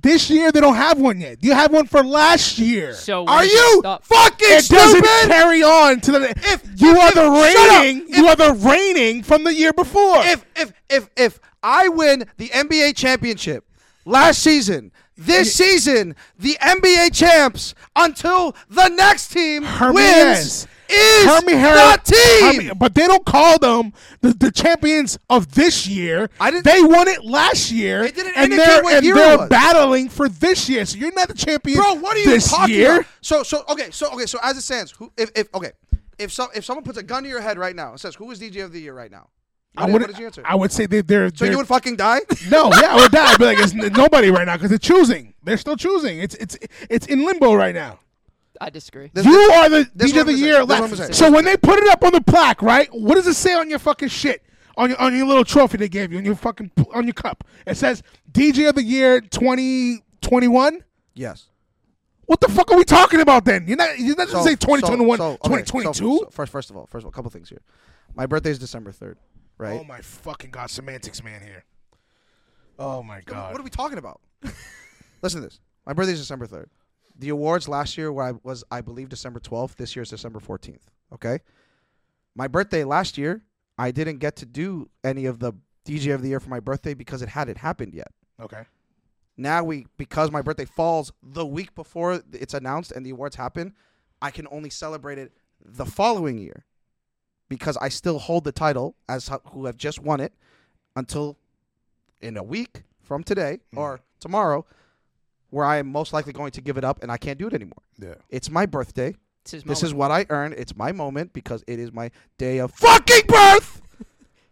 Speaker 3: this year they don't have one yet. You have one for last year.
Speaker 1: So
Speaker 5: Are
Speaker 1: when does it
Speaker 5: you
Speaker 1: stop?
Speaker 5: fucking
Speaker 3: it
Speaker 5: stupid?
Speaker 3: doesn't carry on to the.
Speaker 5: If-
Speaker 3: you are the
Speaker 5: if- shut up!
Speaker 3: reigning, you are the reigning from the year before.
Speaker 5: if if if if I win the NBA championship last season, this season the NBA champs until the next team
Speaker 3: Hermes.
Speaker 5: wins is
Speaker 3: Hermie
Speaker 5: the
Speaker 3: Her-
Speaker 5: team.
Speaker 3: Hermie- but they don't call them the, the champions of this year.
Speaker 5: I didn't-
Speaker 3: they won it last year.
Speaker 5: They didn't
Speaker 3: and
Speaker 5: indicate
Speaker 3: they're,
Speaker 5: what
Speaker 3: and
Speaker 5: year it
Speaker 3: they're
Speaker 5: was.
Speaker 3: battling for this year. So you're not the champion.
Speaker 5: Bro, what are you
Speaker 3: this
Speaker 5: talking
Speaker 3: year.
Speaker 5: about? So so okay, so okay, so as it stands, who if if okay, if some if someone puts a gun to your head right now and says, "Who is DJ of the year right now?"
Speaker 3: I
Speaker 5: What did-
Speaker 3: would,
Speaker 5: what did you answer?
Speaker 3: I would say they, they're.
Speaker 5: so you would
Speaker 3: [LAUGHS]
Speaker 5: fucking die?
Speaker 3: no, yeah, I would die. But like, it's n- nobody right now because they're choosing. They're still choosing. It's it's it's in limbo right now.
Speaker 1: I disagree.
Speaker 5: This-
Speaker 3: You are the
Speaker 5: this
Speaker 3: DJ of the
Speaker 5: one
Speaker 3: year.
Speaker 5: percent, this
Speaker 3: elect.
Speaker 5: one percent.
Speaker 3: So when they put it up on the plaque, right? What does it say on your fucking shit? On your on your little trophy they gave you on your fucking on your cup? It says DJ of the year 2021.
Speaker 5: yes.
Speaker 3: What the fuck are we talking about then? You're not you're not
Speaker 5: So-
Speaker 3: gonna say 2021,
Speaker 5: so- so, okay,
Speaker 3: 2022.
Speaker 5: so- so first, first of all, first of all, a couple things here. My birthday is December third, right?
Speaker 3: Oh my fucking god, semantics, man here. Oh my god.
Speaker 5: What are we talking about? [LAUGHS] Listen to this. My birthday's December third. The awards last year where I was, I believe, December twelfth. This year is December fourteenth. Okay. My birthday last year, I didn't get to do any of the DJ of the year for my birthday because it hadn't happened yet.
Speaker 3: okay.
Speaker 5: Now we, because my birthday falls the week before it's announced and the awards happen, I can only celebrate it the following year because I still hold the title as ho- who have just won it until in a week from today
Speaker 3: Hmm.
Speaker 5: or tomorrow, where I am most likely going to give it up and I can't do it anymore.
Speaker 6: Yeah.
Speaker 5: It's my birthday.
Speaker 1: It's his
Speaker 5: This
Speaker 1: moment.
Speaker 5: is what I earned. It's my moment because it is my day of fucking birth.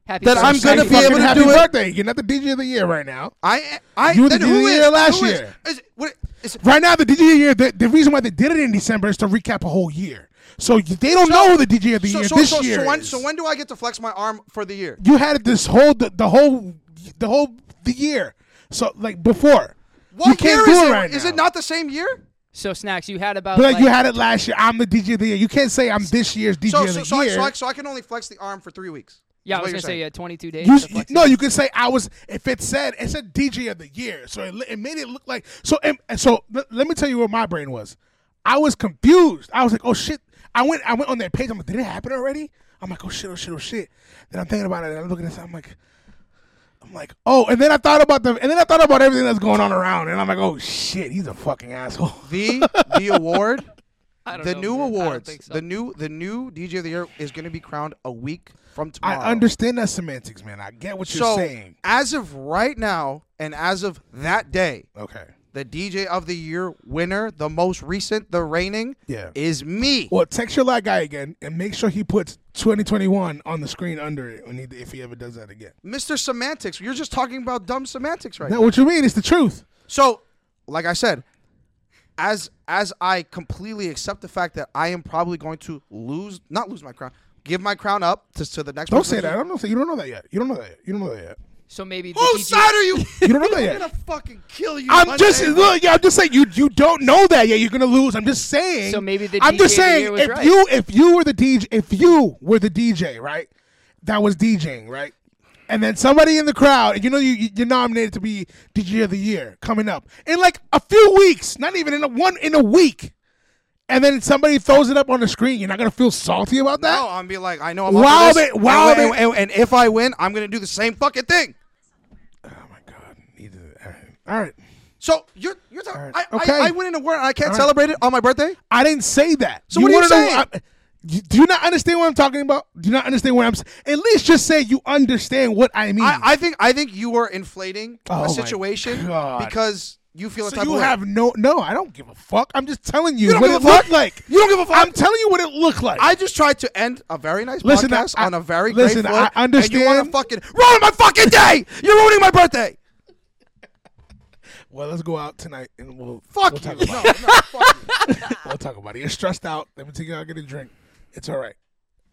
Speaker 1: Happy
Speaker 5: that I'm
Speaker 1: birthday.
Speaker 5: gonna
Speaker 3: Happy
Speaker 5: be able
Speaker 3: fucking
Speaker 5: to
Speaker 3: happy
Speaker 5: do it.
Speaker 3: birthday. You're not the DJ of the year right now.
Speaker 5: I I
Speaker 3: You were
Speaker 5: then
Speaker 3: the
Speaker 5: who
Speaker 3: DJ
Speaker 5: is-
Speaker 3: last
Speaker 5: who is-
Speaker 3: year.
Speaker 5: is- what- is-
Speaker 3: Right now, the DJ of the year, the, the reason why they did it in December is to recap a whole year. So you- they don't know who the DJ of the
Speaker 5: so,
Speaker 3: year
Speaker 5: so,
Speaker 3: this
Speaker 5: so,
Speaker 3: year.
Speaker 5: so, when,
Speaker 3: is.
Speaker 5: so when do I get to flex my arm for the year?
Speaker 3: you had this whole the, the whole the whole the year. So like before,
Speaker 5: What
Speaker 3: you can't
Speaker 5: year
Speaker 3: do
Speaker 5: is
Speaker 3: it
Speaker 5: it?
Speaker 3: right
Speaker 5: Is
Speaker 3: now.
Speaker 5: it not the same year?
Speaker 1: So snacks, you had about
Speaker 3: But like,
Speaker 1: like,
Speaker 3: you had it last year. I'm the DJ of the year. You can't say I'm this year's DJ
Speaker 5: So
Speaker 3: of
Speaker 5: so,
Speaker 3: the
Speaker 5: so, I,
Speaker 3: year.
Speaker 5: so, I, so I can only flex the arm for three weeks.
Speaker 1: yeah, I
Speaker 5: is
Speaker 1: was
Speaker 5: what
Speaker 1: gonna
Speaker 5: you're
Speaker 1: say
Speaker 5: saying.
Speaker 1: yeah, 22 days.
Speaker 3: You-
Speaker 1: to
Speaker 3: you,
Speaker 1: flex
Speaker 3: no,
Speaker 1: it.
Speaker 3: you could say I was. If it said it said DJ of the year, so it, li- it made it look like so. And, and so le- let me tell you where my brain was. I was confused. I was like, oh shit. I went. I went on that page. I'm like, did it happen already? I'm like, oh shit, oh shit, oh shit. Then I'm thinking about it. And I'm looking at this. I'm like, I'm like, oh. And then I thought about the. And then I thought about everything that's going on around. And I'm like, oh shit, he's a fucking asshole.
Speaker 5: the [LAUGHS] the award,
Speaker 1: I don't
Speaker 5: the
Speaker 1: know,
Speaker 5: new
Speaker 1: man. I don't
Speaker 5: awards,
Speaker 1: think so.
Speaker 5: the new the new DJ of the year is going to be crowned a week from
Speaker 3: I
Speaker 5: tomorrow.
Speaker 3: understand that semantics, man. I get what you're
Speaker 5: So
Speaker 3: saying.
Speaker 5: as of right now, and as of that day,
Speaker 3: Okay.
Speaker 5: the DJ of the year winner, the most recent, the reigning,
Speaker 3: Yeah.
Speaker 5: is me.
Speaker 3: Well, text your light guy again and make sure he puts 2021 on the screen under it when he, if he ever does that again.
Speaker 5: Mr. Semantics, you're just talking about dumb semantics right
Speaker 3: Now,
Speaker 5: now.
Speaker 3: what you mean? It's the truth.
Speaker 5: So, like I said, as as I completely accept the fact that I am probably going to lose, not lose my crown, give my crown up to, to the next.
Speaker 3: Don't
Speaker 5: person.
Speaker 3: say that. I don't know. You don't know that yet. You don't know that. Yet. You don't know that yet.
Speaker 1: So maybe the
Speaker 5: Whose
Speaker 1: DG
Speaker 5: side are you?
Speaker 3: You don't know that
Speaker 5: [LAUGHS] I'm gonna
Speaker 3: yet.
Speaker 5: fucking kill you.
Speaker 3: I'm
Speaker 5: one
Speaker 3: just
Speaker 5: day.
Speaker 3: look. Yeah, I'm just saying you you don't know that yet. You're gonna lose. I'm just saying.
Speaker 1: So maybe the
Speaker 3: I'm just
Speaker 1: DJ of the
Speaker 3: saying
Speaker 1: year was
Speaker 3: if
Speaker 1: right.
Speaker 3: you if you were the DJ if you were the DJ right, that was DJing right, and then somebody in the crowd you know you you're nominated to be DJ of the year coming up in like a few weeks, not even in a one in a week, and then somebody throws it up on the screen. You're not gonna feel salty about that.
Speaker 5: No, Oh, I'm be like, I know I'm. up
Speaker 3: Wow,
Speaker 5: for
Speaker 3: they-
Speaker 5: this,
Speaker 3: wow,
Speaker 5: and,
Speaker 3: they-
Speaker 5: and, and- and if I win, I'm gonna do the same fucking thing.
Speaker 3: Oh my god. Neither. All right. All right.
Speaker 5: So you're you're talking.
Speaker 3: Alright,
Speaker 5: I,
Speaker 3: okay.
Speaker 5: I, I win an award. And I can't
Speaker 3: Alright.
Speaker 5: celebrate it on my birthday.
Speaker 3: I didn't say that.
Speaker 5: So what are you
Speaker 3: wanna know-
Speaker 5: saying?
Speaker 3: I- you- do you not understand what I'm talking about? Do you not understand what I'm saying? At least just say you understand what I mean.
Speaker 5: I, I think I think you are inflating
Speaker 3: Hmm. Oh my
Speaker 5: a situation
Speaker 3: God.
Speaker 5: because you feel a
Speaker 3: so
Speaker 5: type
Speaker 3: you
Speaker 5: of way.
Speaker 3: have no, no. I don't give a fuck. I'm just telling you,
Speaker 5: You don't
Speaker 3: what
Speaker 5: give
Speaker 3: it
Speaker 5: a fuck?
Speaker 3: looked like.
Speaker 5: You don't give a fuck?
Speaker 3: I'm telling you what it looked like.
Speaker 5: I just tried to end a very nice
Speaker 3: Listen,
Speaker 5: podcast
Speaker 3: I-
Speaker 5: on a very
Speaker 3: listen,
Speaker 5: great
Speaker 3: I
Speaker 5: foot, And you want
Speaker 3: understand.
Speaker 5: to fucking ruin my fucking day? You're ruining my birthday.
Speaker 3: well, let's go out tonight and we'll
Speaker 5: Fuck
Speaker 3: we'll
Speaker 5: you.
Speaker 3: Talk
Speaker 5: No, [LAUGHS]
Speaker 3: about
Speaker 5: no,
Speaker 3: it.
Speaker 5: fuck you.
Speaker 3: We'll talk about it. You're stressed out. Let me take you out get a drink. It's all right.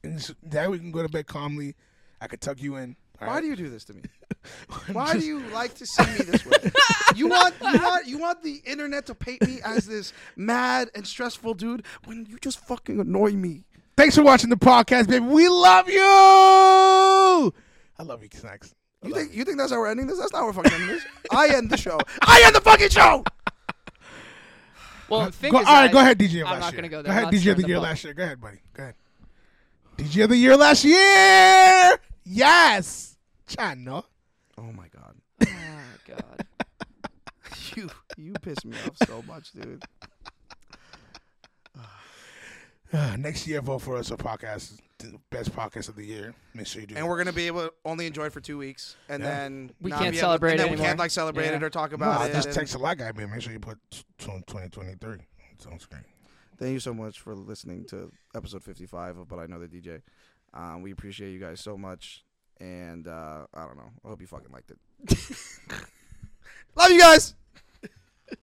Speaker 3: And so- that we can go to bed calmly. I could tuck you in. all
Speaker 5: Why
Speaker 3: right?
Speaker 5: do you do this to
Speaker 3: [LAUGHS]
Speaker 5: me? Why do you like to see me this way? You want you want you want the internet to paint me as this mad and stressful dude when you just fucking annoy me.
Speaker 3: Thanks for watching the podcast, baby. We love you. I love you, snacks. I
Speaker 5: You
Speaker 3: love
Speaker 5: think you think that's how we're ending this? That's not how we're fucking ending this. I end the show. I end the fucking show.
Speaker 1: Well,
Speaker 3: Go,
Speaker 1: fingers
Speaker 3: all right,
Speaker 1: out.
Speaker 3: go ahead, DJ of
Speaker 1: I'm
Speaker 3: last
Speaker 1: not
Speaker 3: year.
Speaker 1: gonna go
Speaker 3: Go
Speaker 1: there.
Speaker 3: ahead,
Speaker 1: Not
Speaker 3: DJ of
Speaker 1: stirring
Speaker 3: the
Speaker 1: the
Speaker 3: year
Speaker 1: pot.
Speaker 3: last year. Go ahead, buddy. Go ahead. DJ of the year last year. Yes. Chano.
Speaker 5: Oh my god,
Speaker 1: Oh, God.
Speaker 5: you you piss me off so much, dude.
Speaker 3: Uh, next year, vote for us a podcast, the best podcast of the year. Make sure you do.
Speaker 5: And we're gonna be able to only enjoy it for two weeks, and
Speaker 3: Yeah.
Speaker 5: then
Speaker 1: We
Speaker 5: not
Speaker 1: can't
Speaker 5: be able-
Speaker 1: celebrate
Speaker 5: and
Speaker 1: it
Speaker 5: then We can't
Speaker 1: anymore.
Speaker 5: like celebrate
Speaker 1: Yeah.
Speaker 5: it or talk
Speaker 3: no,
Speaker 5: about
Speaker 3: I
Speaker 5: it.
Speaker 3: just
Speaker 5: and-
Speaker 3: text a lot guy, man. Make sure you put t- t- 2023. It's on screen.
Speaker 5: Thank you so much for listening to episode 55 of But I Know the DJ. Um, we appreciate you guys so much. And uh, I don't know. I hope you fucking liked it. [LAUGHS] Love you guys.